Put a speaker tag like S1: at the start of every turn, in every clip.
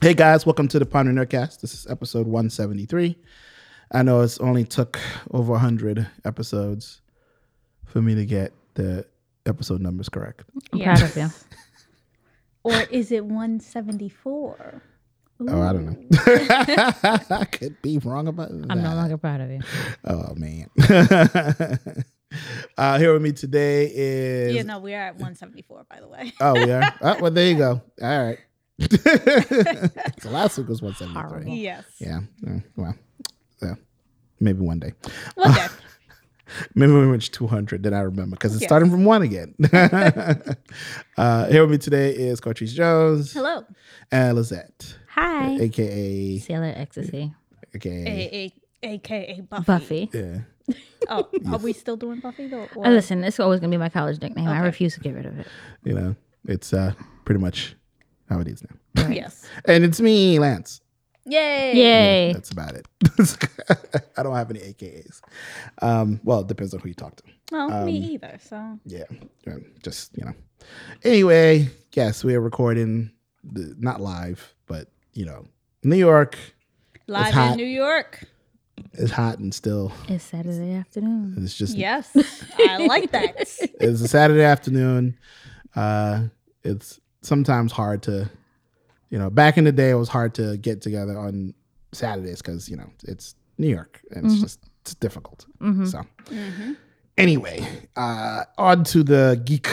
S1: Hey guys, welcome to the Ponder Nerdcast. This is episode 173. I know it's only took over 100 episodes for me to get the episode numbers correct.
S2: I'm
S3: Yeah.
S2: proud of you.
S3: Or is it 174?
S1: Oh, I don't know. I could be wrong about that.
S2: I'm no longer proud of you.
S1: Oh man. uh, here with me today is
S3: Yeah, no, we are at 174, by the way.
S1: Oh, we are. Oh, well, there you go. All right. so last week was 173.
S2: Horrible.
S3: yes.
S1: Oh. Yeah. Mm, Well, so maybe one day.
S3: Well, okay.
S1: Maybe we reach 200, then I remember because it's
S3: Yes.
S1: starting from one again. uh, here with me today is Cortrice Jones
S3: Hello.
S1: and Lizette,
S3: Hi.
S1: aka,
S2: Sailor ecstasy.
S1: aka,
S3: A- A- AKA Buffy.
S2: Buffy.
S1: yeah.
S3: Oh, are we still doing Buffy though?
S2: Uh,
S3: Or-
S2: listen, it's always gonna be my college nickname. I
S3: Okay.
S2: refuse to get rid of it.
S1: You know, it's uh, pretty much how it is now.
S2: Right.
S3: Yes.
S1: And it's me, Lance.
S3: Yay.
S2: Yay.
S1: That's about it. I don't have any AKAs. Um, well, it depends on who you talk to.
S3: Well, me
S1: Um,
S3: either. So
S1: Yeah. Um, Just, you know. Anyway, yes, we are recording, the, not live, but, you know, New York
S3: live
S1: hot.
S3: in New York.
S1: is hot and still.
S2: It's Saturday afternoon.
S1: It's just,
S3: Yes. I like that.
S1: it's a Saturday afternoon. Uh, it's sometimes hard to, you know, back in the day, it was hard to get together on Saturdays because, you know, it's New York and it's just, it's difficult.
S2: Mhm.
S1: So, anyway, uh, on to the geek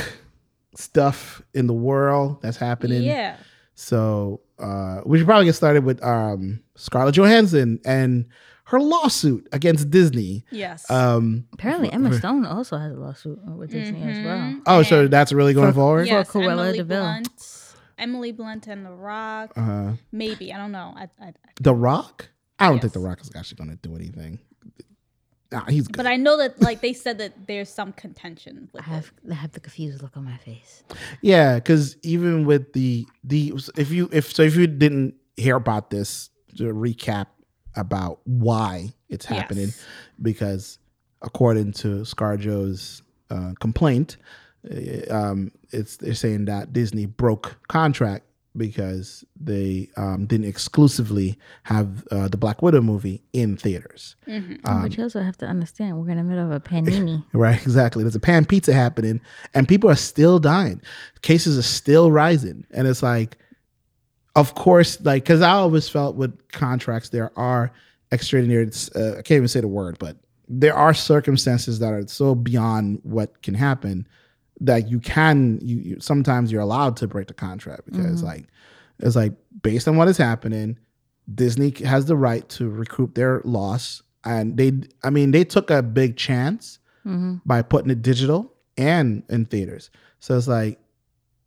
S1: stuff in the world that's happening.
S3: Yeah.
S1: So uh, we should probably get started with um, Scarlett Johansson and her lawsuit against Disney.
S3: Yes.
S1: Um,
S2: Apparently, Emma Stone also has a lawsuit with Disney as well.
S3: Mhm.
S1: oh, so
S3: And-
S1: that's really going
S2: For-
S1: forward.
S2: yeah.
S3: yes,
S2: for Cruella
S3: Emily
S2: de Vil.
S3: Blunt, Emily Blunt and The Rock.
S1: Uh,
S3: Maybe I don't know. I, I,
S1: the Rock? I don't think
S3: Yes.
S1: The Rock is actually going to do anything. Nah, he's good.
S3: but I know that like they said that there's some contention
S2: I
S3: with it.
S2: have I have the confused look on my face.
S1: Yeah, because even with the the if you if so if you didn't hear about this, to recap about why it's
S3: Yes.
S1: happening, because according to ScarJo's uh, complaint, eh, um, it's they're saying that Disney broke contract because they um, didn't exclusively have uh, the Black Widow movie in theaters.
S3: Mm-hmm. Oh
S1: Um,
S2: Oh, but you also have to understand we're in the middle of a panini.
S1: Right, exactly. There's a pan pizza happening, and people are still dying. Cases are still rising, and it's like, of course, like because I always felt with contracts there are extraordinary. Uh, I can't even say the word, but there are circumstances that are so beyond what can happen that you can. You, you sometimes you're allowed to break the contract because like it's like based on what is happening, Disney has the right to recoup their loss, and they. I mean, they took a big chance
S2: hmm
S1: by putting it digital and in theaters. So it's like,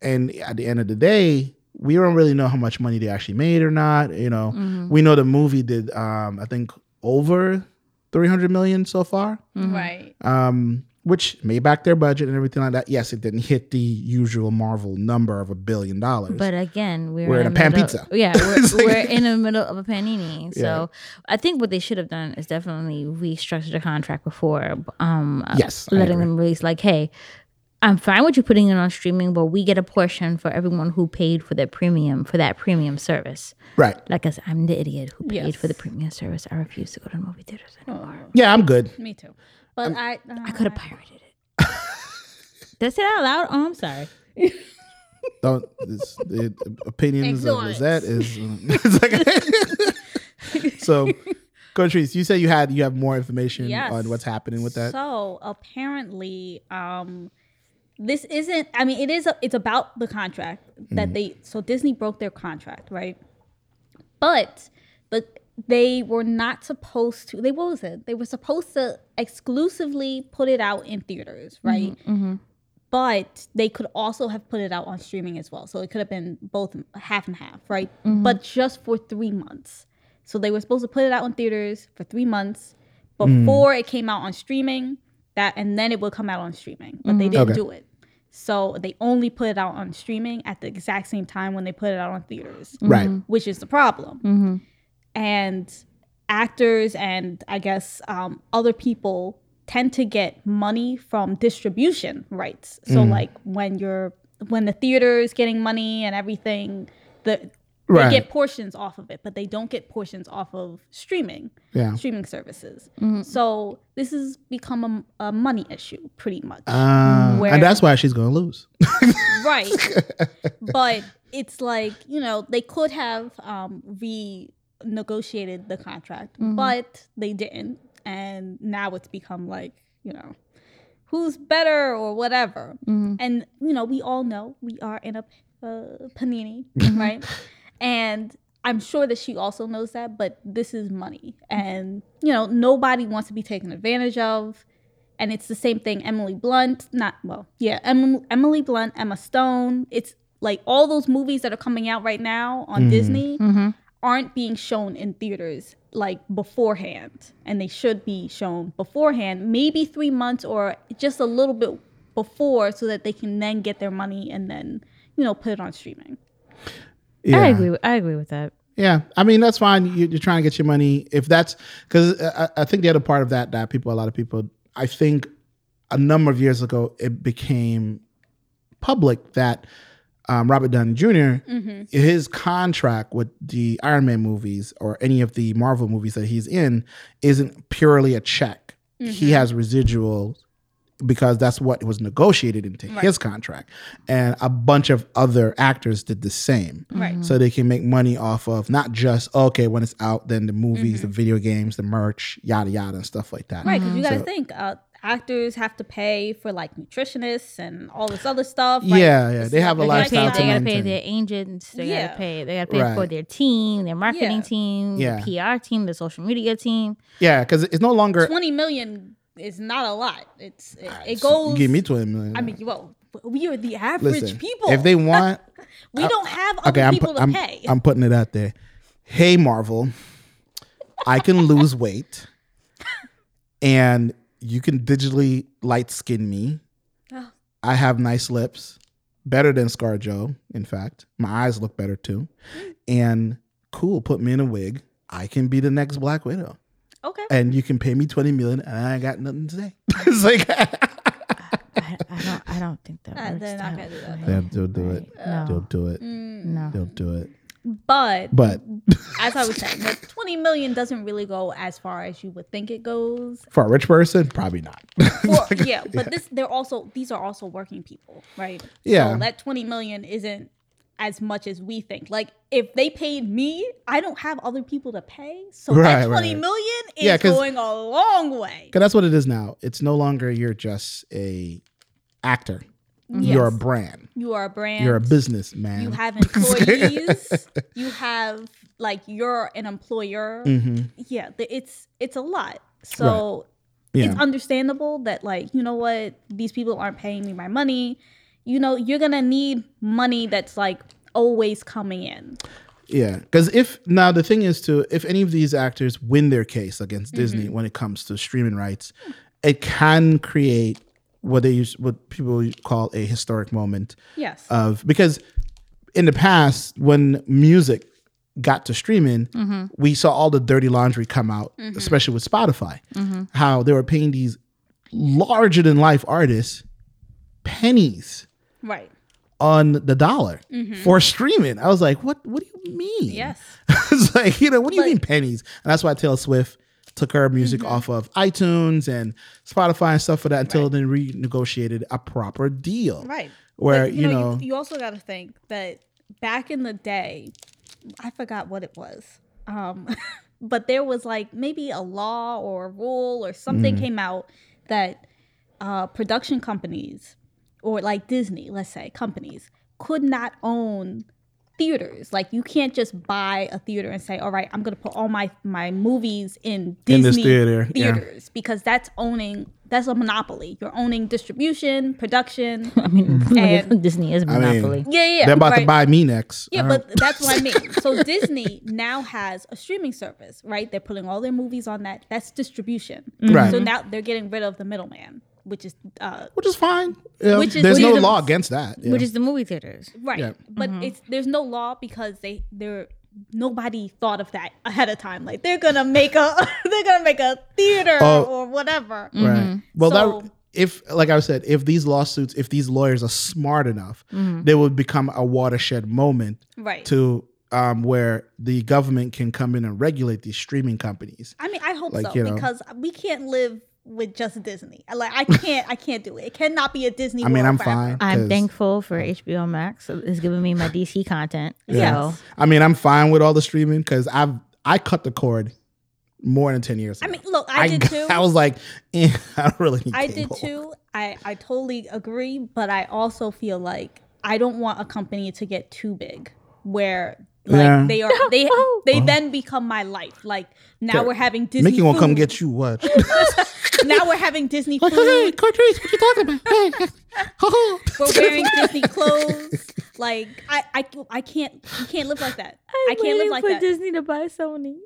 S1: and at the end of the day, we don't really know how much money they actually made or not. You know,
S2: Mhm.
S1: we know the movie did, um, I think, over 300 million so far,
S2: Mhm.
S3: Right.
S1: um, which made back their budget and everything like that. Yes, it didn't hit the usual Marvel number of a billion dollars.
S2: But again, we're,
S1: We're in
S2: the
S1: a pan
S2: middle-
S1: pizza.
S2: Yeah, we're,
S1: It's like-
S2: we're in the middle of a panini. So
S1: Yeah.
S2: I think what they should have done is definitely restructure the contract before um, uh,
S1: Yes, I
S2: letting
S1: agree.
S2: them release. Like, hey, I'm fine with you putting it on streaming, but we get a portion for everyone who paid for their premium for that premium service.
S1: right.
S2: Like I said, I'm the idiot who paid for the
S3: Yes.
S2: premium service. I refuse to go to movie theaters anymore.
S1: Yeah, I'm good.
S3: Me too. But I uh,
S2: I could have pirated it. Did I say that out loud? Oh, I'm sorry.
S1: Don't this, the opinions of
S3: Ignorance.
S1: Lizette is it's like- so. Coatrice, you said you had you have more information
S3: Yes.
S1: on what's happening with that.
S3: So apparently, um, this isn't. I mean, it is. A, it's about the contract that they. So Disney broke their contract, right? But the they were not supposed to. They what was it? They were supposed to exclusively put it out in theaters, right?
S2: Mm-hmm.
S3: But they could also have put it out on streaming as well. So it could have been both half and half, right?
S1: Mm-hmm.
S3: But just for three months. So they were supposed to put it out in theaters for three months before
S1: Mm.
S3: it came out on streaming. That and then it would come out on streaming, but they didn't
S1: Mm-hmm. Okay.
S3: do it. So they only put it out on streaming at the exact same time when they put it out on theaters,
S1: Right.
S3: which is the problem.
S2: Mm-hmm.
S3: And actors and I guess um, other people tend to get money from distribution
S1: Mm.
S3: rights. So like when you're when the theater is getting money and everything, the
S1: Right.
S3: They get portions off of it, but they don't get portions off of streaming
S1: Yeah. Mm-hmm.
S3: streaming services. So this has become a, a money issue, pretty much.
S1: Uh,
S3: Where-
S1: and that's why she's gonna lose.
S3: right but it's like you know they could have um renegotiated the contract but they didn't and now it's become like you know who's better or whatever and you know we all know we are in a uh, panini right and i'm sure that she also knows that but this is money and you know nobody wants to be taken advantage of and it's the same thing emily blunt not well yeah em- emily blunt emma stone it's like all those movies that are coming out right now on disney aren't being shown in theaters like beforehand and they should be shown beforehand maybe three months or just a little bit before so that they can then get their money and then you know put it on streaming
S1: Yeah.
S2: I agree. with- I agree with that.
S1: Yeah, I mean that's fine. You, you're trying to get your money. If that's because I, I think the other part of that that people, a lot of people, I think a number of years ago it became public that um, Robert Downey junior his contract with the Iron Man movies or any of the Marvel movies that he's in isn't purely a check. He has residuals because that's what was negotiated into his contract, and a bunch of other actors did the same
S3: right
S1: so they can make money off of not just okay when it's out then the movies the video games the merch yada yada and stuff like that
S3: Mm-hmm. Right, because you got to
S1: Mm-hmm. So-
S3: think uh, actors have to pay for like nutritionists and all this other stuff. like,
S1: yeah yeah
S3: it's
S1: they have a
S3: like
S2: They gotta,
S1: lifestyle
S2: pay, they
S1: to
S2: gotta pay
S1: maintain
S2: their agents. They
S3: Yeah.
S2: gotta pay. They gotta pay for
S1: Right.
S2: their team, their marketing
S3: Yeah.
S2: team,
S1: Yeah.
S2: the PR team, the social media team.
S1: yeah because it's no longer
S3: twenty million is not a lot. It's it, it goes.
S1: Ah, give me 20 million
S3: I mean, well, we are the average
S1: listen
S3: people.
S1: if they want
S3: we don't have other
S1: okay I'm,
S3: people
S1: put-
S3: to
S1: I'm,
S3: pay.
S1: I'm putting it out there hey marvel i can lose weight and you can digitally light skin me
S3: Oh.
S1: I have nice lips, better than Scar Joe, in fact. My eyes look better too.
S3: Hmm.
S1: And cool, put me in a wig. I can be the next Black Widow.
S3: okay,
S1: And you can pay me 20 million and I ain't got nothing to say. it's like
S2: I, I don't. I don't think that.
S3: Uh,
S2: works
S3: they're
S2: that
S3: not gonna do that,
S2: way.
S1: They'll they'll do it.
S2: No.
S1: They'll do it.
S3: Mm.
S2: No.
S1: They'll do it.
S3: but
S1: But
S3: as I was saying, the twenty million doesn't really go as far as you would think it goes.
S1: for a rich person, probably not.
S3: Well, yeah, but this they're also these are also working people, right?
S1: Yeah.
S3: So that twenty million isn't as much as we think. Like if they paid me, I don't have other people to pay. So
S1: Right,
S3: that twenty
S1: right.
S3: million is
S1: Yeah, 'cause-
S3: going a long way.
S1: Because that's what it is now. It's no longer you're just a actor. You're a
S3: Yes.
S1: brand.
S3: You are a brand.
S1: You're a businessman.
S3: you have employees. you have like you're an employer.
S1: Mhm.
S3: Yeah, th- it's it's a lot. So
S1: Yeah.
S3: it's understandable that like you know what these people aren't paying me my money you know you're gonna need money that's like always coming in
S1: Yeah, because if now the thing is to if any of these actors win their case against
S3: Mm-hmm.
S1: Disney when it comes to streaming rights, it can create what they use what people call a historic moment
S3: yes
S1: of because in the past when music got to streaming
S3: Mm-hmm.
S1: we saw all the dirty laundry come out especially with spotify
S3: Mm-hmm.
S1: how they were paying these larger than life artists pennies
S3: right
S1: on the dollar for streaming i was like what what do you mean
S3: Mm-hmm. yes
S1: it's like, you know, what do you mean pennies? And that's why Taylor Swift took her music
S3: Mm-hmm.
S1: off of iTunes and Spotify and stuff for that until then renegotiated a proper deal.
S3: right
S1: Where,
S3: But,
S1: you know,
S3: you, you also got to think that back in the day i forgot what it was um but there was like maybe a law or a rule or something
S1: Mm-hmm.
S3: came out that uh production companies or like disney let's say companies could not own theaters like you can't just buy a theater and say all right i'm gonna put all my my movies in disney
S1: In this theater, yeah.
S3: theaters because that's owning that's a monopoly you're owning distribution production
S2: I mean,
S3: And-
S2: Disney is a
S1: mean,
S2: monopoly.
S3: yeah, yeah.
S1: they're about to
S3: right.
S1: buy me next.
S3: Yeah,
S1: All
S3: but
S1: right.
S3: that's what I mean. So Disney now has a streaming service, right? They're putting all their movies on that. That's distribution.
S1: Mm-hmm. Right.
S3: So now they're getting rid of the middleman, which is uh,
S1: which is fine. Yeah,
S3: Which is-
S1: There's
S3: which
S1: no
S3: is-
S1: law against that. Yeah.
S2: Which is the movie theaters.
S3: right.
S1: Yeah.
S3: But it's there's no law because they they're nobody thought of that ahead of time. Like they're gonna make a they're gonna make a theater
S1: Oh. Mm-hmm.
S3: or whatever.
S1: Right. Well,
S3: mm-hmm. So-
S1: that if like I said, if these lawsuits,
S3: Mm-hmm.
S1: if these lawyers are smart enough, they would become a watershed moment
S3: Right.
S1: to um, where the government can come in and regulate these streaming companies.
S3: I mean, I hope
S1: Like,
S3: so
S1: you know.
S3: because we can't live with just Disney. Like I can't, I can't do it. It cannot be a Disney.
S1: I mean,
S3: world
S1: I'm
S3: forever.
S1: fine.
S2: I'm
S1: 'cause-
S2: thankful for HBO Max. It's giving me my DC content.
S3: Yeah.
S2: So
S1: I mean, I'm fine with all the streaming because I've I cut the cord more than ten years.
S3: I
S1: ago.
S3: mean, look, I, did too.
S1: I was like, eh, I don't really. Need
S3: I did
S1: cable.
S3: too. I, I totally agree, but I also feel like I don't want a company to get too big where like
S1: Yeah.
S3: they are they they
S1: Wow.
S3: then become my life. Like now
S1: Okay.
S3: we're having Disney.
S1: Mickey won't come
S3: food.
S1: get you what?
S3: now we're having Disney
S1: like, hey,
S3: food.
S1: Cartrice, what you talking about? Hey, ho, ho.
S3: We're wearing Disney clothes. Like I, I, I can't you can't live like that. I can't live
S2: waiting
S3: like
S2: for
S3: that.
S2: Disney to buy Sony.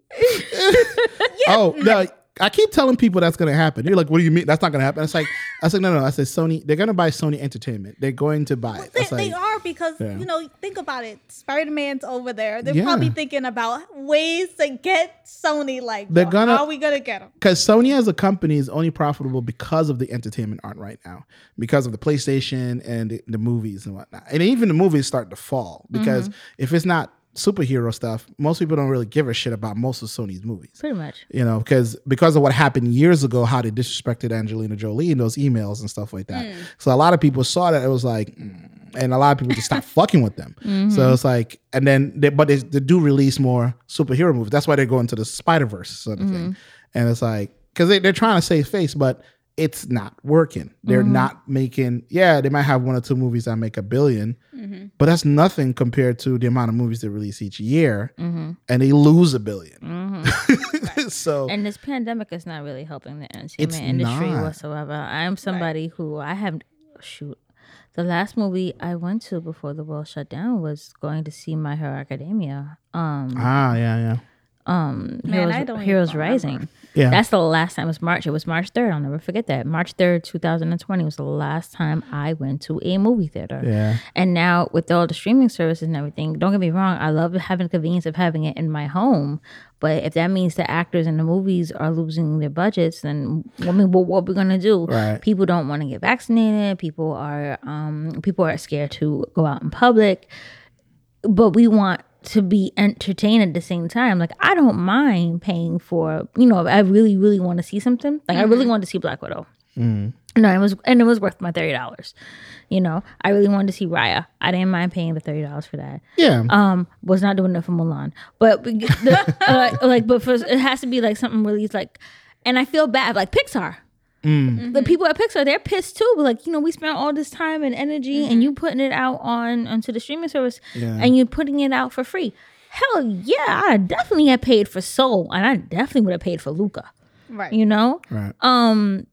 S1: Oh no! I keep telling people that's gonna happen. They're like, "What do you mean? That's not gonna happen." It's like, I said, "No, no." I said, "Sony, they're gonna buy Sony Entertainment. They're going to buy it."
S3: They,
S1: It's like,
S3: they are because
S1: Yeah.
S3: you know think about it spider man's over there they're
S1: Yeah.
S3: probably thinking about ways to get sony like
S1: They're
S3: yo,
S1: gonna-
S3: how are we gonna get them
S1: because Sony as a company is only profitable because of the entertainment art right now, because of the PlayStation and the, the movies and whatnot. And even the movies start to fall because
S3: Mm-hmm.
S1: if it's not superhero stuff, most people don't really give a shit about most of Sony's movies.
S2: Pretty much.
S1: You know, because because of what happened years ago, how they disrespected Angelina Jolie in those emails and stuff like that. So a lot of people saw that it was like, mm, and a lot of people just stopped fucking with them. So it's like, and then they, but they, they do release more superhero movies. That's why they're going to the Spider Verse sort of thing. And it's like because they, they're trying to save face, but it's not working. They're not making. Yeah, they might have one or two movies that make a 1000000000 but that's nothing compared to the amount of movies they release each year,
S2: Mm-hmm.
S1: and they lose a 1000000000 so
S2: And this pandemic is not really helping the entertainment
S1: Oh. It's
S2: industry
S1: not.
S2: whatsoever. I'm somebody who I have shoot. The last movie I went to before the world shut down was going to see My Hero Academia. Um,
S1: ah, yeah, yeah,
S2: um,
S3: Man,
S2: Heroes,
S3: I don't even
S2: Heroes
S3: remember.
S2: Rising.
S1: yeah.
S2: That's the last time. It was March. It was March third. I'll never forget that. March third, two thousand and twenty was the last time I went to a movie theater.
S1: yeah.
S2: And now with all the streaming services and everything, don't get me wrong, I love having the convenience of having it in my home. But if that means the actors in the movies are losing their budgets, then I mean, what, what are we gonna do?
S1: Right.
S2: People don't want to get vaccinated. People are um, people are scared to go out in public. But we want to be entertained at the same time. Like I don't mind paying for you know if I really really want to see something. Like I really want to see Black Widow. No, it was and it was worth my thirty dollars. You know, I really wanted to see Raya. I didn't mind paying the thirty dollars for that.
S1: Yeah.
S2: Um, was not doing it for Mulan, but we- the, uh, like, but for it has to be like something really like, and I feel bad like Pixar. The people at Pixar, they're pissed too. But like, you know, we spent all this time and energy, and you putting it out on onto the streaming service,
S1: Yeah.
S2: and you're putting it out for free. Hell yeah, I definitely had paid for Soul, and I definitely would have paid for Luca.
S3: right
S2: You know,
S1: right.
S2: um,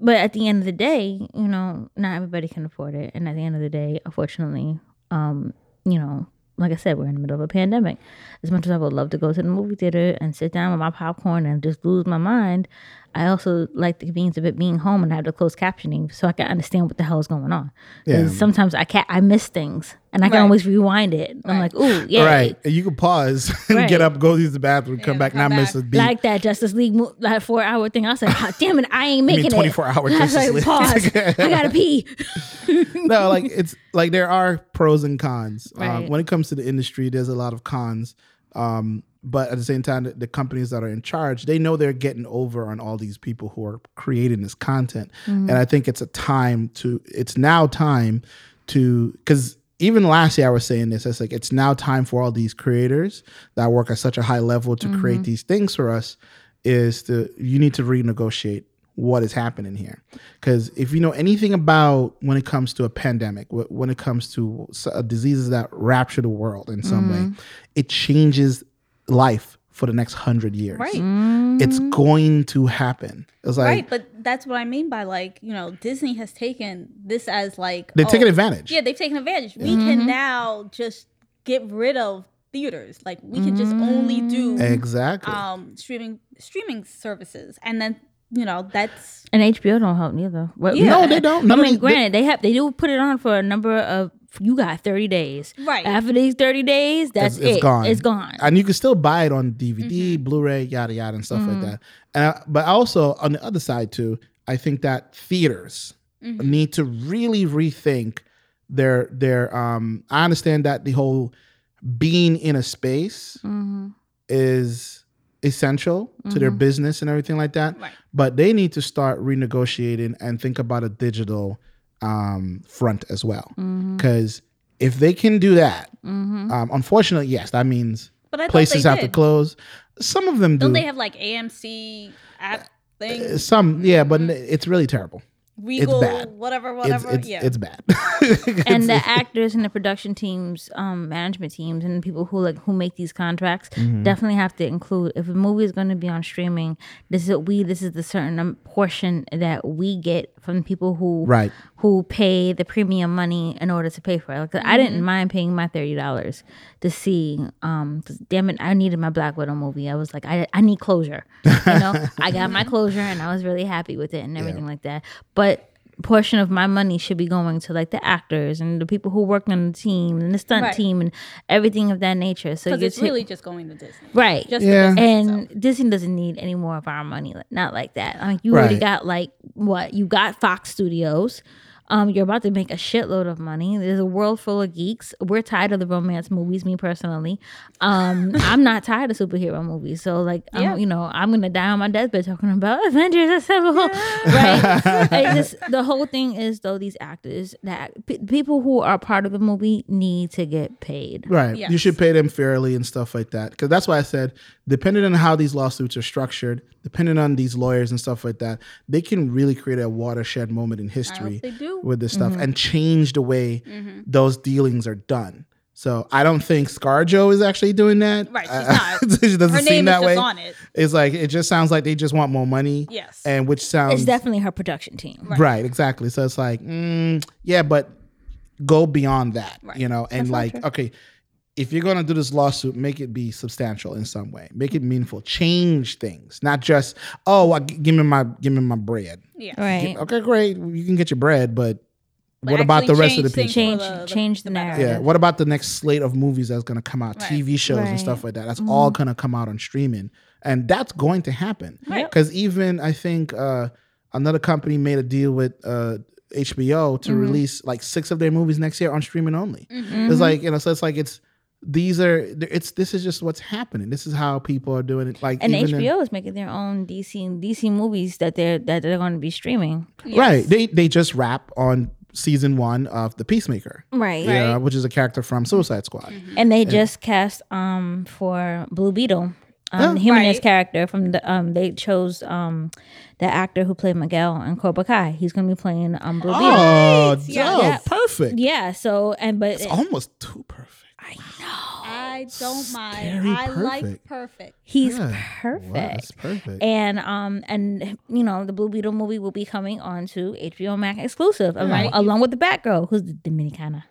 S2: but at the end of the day, you know, not everybody can afford it, and at the end of the day, unfortunately, um, you know, like I said, we're in the middle of a pandemic. As much as I would love to go to the movie theater and sit down with my popcorn and just lose my mind, I also like the convenience of it being home and have the closed captioning so I can understand what the hell is going on. 'Cause
S1: Yeah.
S2: Sometimes I can not I miss things and I can
S3: Right.
S2: always rewind it. I'm like, ooh, yeah,
S1: Right. And you can pause and
S2: Right.
S1: get up, go use the bathroom, come
S3: Yeah,
S1: back,
S3: come
S1: not miss a
S3: back.
S1: beat.
S2: like that Justice League mo- that four hour thing. I was like, God damn it, I ain't
S1: I
S2: making
S1: mean,
S2: it.
S1: 24 hour
S2: I was
S1: Justice
S2: like,
S1: League.
S2: pause. I gotta pee.
S1: no, like it's like there are pros and cons. Um,
S2: Right.
S1: when it comes to the industry, there's a lot of cons. Um, but at the same time, the, the companies that are in charge, they know they're getting over on all these people who are creating this content. And I think it's a time to, it's now time to, because even last year I was saying this, it's like, it's now time for all these creators that work at such a high level to create these things for us is to, you need to renegotiate what is happening here. Because if you know anything about when it comes to a pandemic, wh- when it comes to s- uh, diseases that rapture the world in some
S3: Mm.
S1: way, it changes life for the next hundred years.
S3: right
S1: It's going to happen. It's like
S3: right but that's what i mean by like you know disney has taken this as like
S1: they're taking
S3: oh,
S1: advantage.
S3: yeah they've taken advantage we
S2: Mm-hmm.
S3: can now just get rid of theaters like we can just only do
S2: Mm-hmm.
S1: Exactly.
S3: um streaming streaming services and then you know that's
S2: And HBO don't help neither. What,
S3: Yeah.
S1: no, they don't. None of
S2: I mean,
S1: these- they-
S2: granted, they have they do put it on for a number of. You got thirty days.
S3: Right.
S2: After these thirty days, that's
S1: It's- it's
S2: it.
S1: gone.
S2: It's gone.
S1: and you can still buy it on DVD,
S3: Mm-hmm.
S1: Blu-ray, yada yada, and stuff
S3: Mm.
S1: like that. And I, but also on the other side too, I think that theaters
S2: Mm-hmm.
S1: need to really rethink their their. Um, I understand that the whole being in a space
S2: Mm-hmm.
S1: is essential to
S3: Mm-hmm.
S1: their business and everything like that.
S3: Right.
S1: But they need to start renegotiating and think about a digital um, front as well.
S2: Mm-hmm.
S3: Mm-hmm.
S1: Because if they can do that, um, unfortunately, yes, that means
S3: But Mm-hmm. I thought
S1: places
S3: they
S1: have to
S3: did.
S1: close. Some of them do.
S3: Don't they have like AMC app thing?
S1: Some, yeah, but it's really terrible.
S3: Regal,
S1: bad.
S3: whatever,
S1: It's
S3: Mm-hmm. whatever.
S1: it's,
S3: yeah.
S1: it's bad. It's-
S2: and the actors and the production teams, um, management teams, and the people who like who make these contracts definitely have to include. If a movie is going to be on streaming, this is what we. This is the certain um, portion that we get from people who
S1: Right.
S2: who pay the premium money in order to pay for it. Like I
S3: Mm-hmm.
S2: didn't mind paying my thirty dollars to see. Um, 'cause damn it, I needed my Black Widow movie. I was like, I I need closure. You know, I got my closure, and I was really happy with it and everything like that. But portion of my money should be going to like the actors and the people who work on the team and the stunt
S3: Right.
S2: team and everything of that nature. So
S3: Because
S2: you're
S3: it's
S2: ta-
S3: really just going to Disney.
S2: right.
S3: Just
S1: Yeah.
S3: the business
S2: and
S3: itself.
S2: Disney doesn't need any more of our money. like, Not like that. I mean, you already
S1: Right.
S2: got like what you got Fox Studios. Um, you're about to make a shitload of money. There's a world full of geeks. We're tired of the romance movies. Me personally, um, I'm not tired of superhero movies. So like, I'm-
S3: Yeah.
S2: you know, I'm gonna die on my deathbed talking about Avengers Assemble, right? It's just- the whole thing is though these actors that pe- people who are part of the movie need to get paid.
S1: Right. You
S3: Yes.
S1: should pay them fairly and stuff like that. Because that's why I said, depending on how these lawsuits are structured, depending on these lawyers and stuff like that, they can really create a watershed moment in history
S3: they do. Mm-hmm.
S1: with this stuff and change the way those dealings are done. So I don't think ScarJo is actually doing that.
S3: Right, she's
S1: Uh,
S3: not.
S1: she doesn't
S3: Her
S1: seem
S3: name is
S1: that
S3: just
S1: way.
S3: on it.
S1: It's like it just sounds like they just want more money.
S3: Yes.
S1: And which sounds
S2: It's definitely her production team.
S1: right. exactly. So it's like, mm, yeah, but go beyond that,
S3: Right.
S1: you know, and like, okay, if you're gonna do this lawsuit, make it be substantial in some way, make it meaningful, change things, not just oh, well, g- give me my give me my bread.
S3: Yeah.
S2: Right.
S1: Okay, great, you can get your bread, but,
S3: But
S1: what about the
S3: actually
S1: rest of the
S3: change things
S1: people?
S2: Change,
S3: for the-
S2: change the narrative.
S1: Yeah. What about the next slate of movies that's going to come out,
S3: Right.
S1: TV shows
S2: Right. Mm-hmm.
S1: and stuff like that? That's all going to come out on streaming, and that's going to happen.
S3: Right.
S1: Because even I think uh, another company made a deal with uh, HBO
S2: Mm-hmm.
S1: to release like six of their movies next year on streaming only.
S2: Mm-hmm.
S1: It's like you know, so it's like it's these are it's this is just what's happening. This is how people are doing it. Like
S2: and
S1: even in-
S2: HBO is making their own DC and DC movies that they're that they're going to be streaming.
S1: right? They they just wrap on season one of the Peacemaker.
S2: Right. Mm-hmm.
S1: Yeah, which is a character from Suicide Squad.
S2: And they just cast um for Blue Beetle. Um, the humanist
S3: Right.
S2: character from the um they chose um the actor who played Miguel in Cobra Kai. He's gonna be playing um Blue Beetle.
S1: Oh,
S3: Yeah.
S1: dope.
S2: Yeah.
S1: perfect.
S2: Yeah, so and but
S1: It's almost too perfect.
S3: I don't mind.
S1: Scary
S3: I like
S1: perfect.
S3: perfect.
S2: he's
S1: Yeah.
S2: perfect.
S1: Wow, that's perfect.
S2: and um and you know the Blue Beetle movie will be coming on to HBO Max exclusive along,
S3: Right.
S2: along with the Batgirl who's the Dominicana.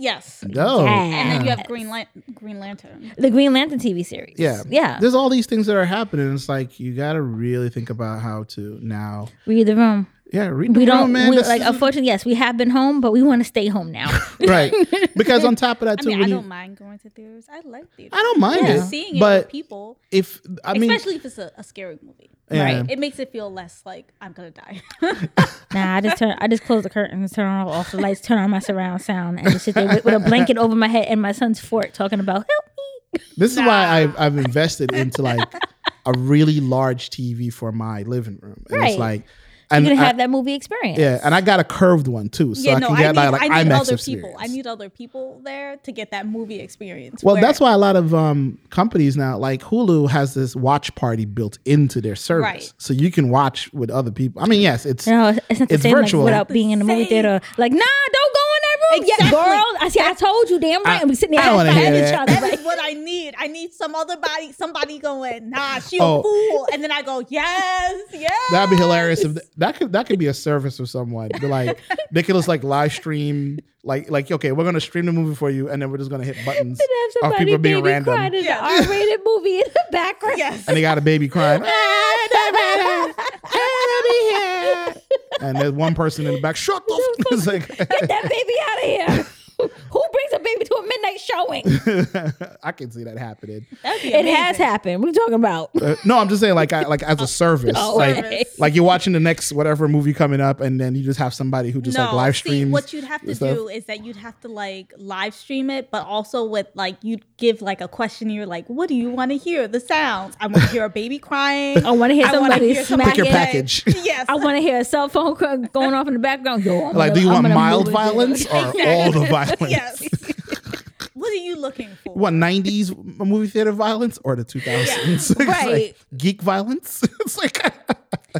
S3: Yes.
S1: Dope.
S3: And then
S2: Yeah.
S3: you have Green, Lan- Green Lantern.
S2: The Green Lantern TV series.
S1: yeah.
S2: Yeah.
S1: There's all these things that are happening. It's like you gotta really think about how to now.
S2: Read the room.
S1: Yeah, read the
S2: We
S1: room,
S2: don't
S1: man.
S2: we,
S1: That's-
S2: like unfortunately, yes, we have been home, but we want to stay home now.
S1: right. Because on top of that
S3: I
S1: too,
S3: mean, I
S1: when
S3: don't
S1: you,
S3: mind going to theaters. I like theaters.
S1: I don't mind
S3: Yeah.
S1: it,
S3: Seeing it
S1: but
S3: with people,
S1: if I mean,
S3: especially if it's a, a scary movie.
S1: yeah.
S3: It makes it feel less like I'm gonna die.
S2: nah, I just turn I just close the curtains, turn on off the lights, turn on my surround sound, and just sit there with, with a blanket over my head and my son's fort talking about help me.
S1: This is why I've, I've invested into like a really large TV for my living room, and
S2: Right.
S1: it's like, and
S2: You can
S1: Mm, I-
S2: have that movie experience.
S1: yeah, and I got a curved one too, so I can get like, like
S3: I need
S1: IMAX
S3: other
S1: experience.
S3: people. I need other people there to get that movie experience.
S1: Well,
S3: where-
S1: that's why a lot of um, companies now, like Hulu, has this watch party built into their service,
S3: Right.
S1: so you can watch with other people. I mean, yes, it's
S2: You know, it's not the
S1: It's
S2: same like,
S1: virtual.
S2: without being in the movie
S3: Same.
S2: theater. Like, nah, don't go in that room. Yeah,
S3: Exactly.
S2: girl. I see. I told you, damn right.
S1: I-
S2: we sitting there
S1: I don't wanna
S2: outside
S1: hear
S2: each
S1: that.
S2: other.
S3: that
S2: Right?
S3: is what I need. I need some other body, somebody going, nah, she a
S1: Oh.
S3: fool. And then I go, yes, yes.
S1: that'd be hilarious if th- that could that could be a service for someone. Be like they could just like live stream, like like okay, we're gonna stream the movie for you, and then we're just gonna hit buttons
S2: Have
S1: of
S2: somebody
S1: people being
S2: baby
S1: random,
S2: crying in
S3: Yeah.
S2: an R-rated movie in the background.
S3: yes.
S1: and they got a baby crying. and there's one person in the back, shut the. f-" it's like,
S2: Get that baby out of here. Who brings a maybe do a midnight showing.
S1: I can see that happening.
S3: That'd be
S2: it has
S3: amazing.
S2: happened. We're talking about.
S1: Uh, no, I'm just saying like I, like as a service,
S2: Oh,
S1: like
S2: okay.
S1: like you're watching the next whatever movie coming up, and then you just have somebody who just like live
S3: See,
S1: streams.
S3: what you'd have to
S1: your stuff.
S3: do is that you'd have to like live stream it, but also with like you'd give like a questionnaire, like, what do you want to hear? The sounds. I want to hear a baby crying.
S2: I want to hear
S3: I wanna
S2: somebody
S3: hear somebody
S2: smack
S1: Pick your
S2: it.
S1: package.
S3: yes.
S2: I want to hear a cell phone cr- going off in the background. Yo, I'm
S1: like,
S2: gonna-
S1: do you
S2: I'm
S1: want
S2: gonna
S1: mild
S2: move it to-
S1: violence or all the violence?
S3: yes. what are you looking for?
S1: What 90s movie theater violence or the 2000s? It's like
S2: Right.
S1: geek violence. it's like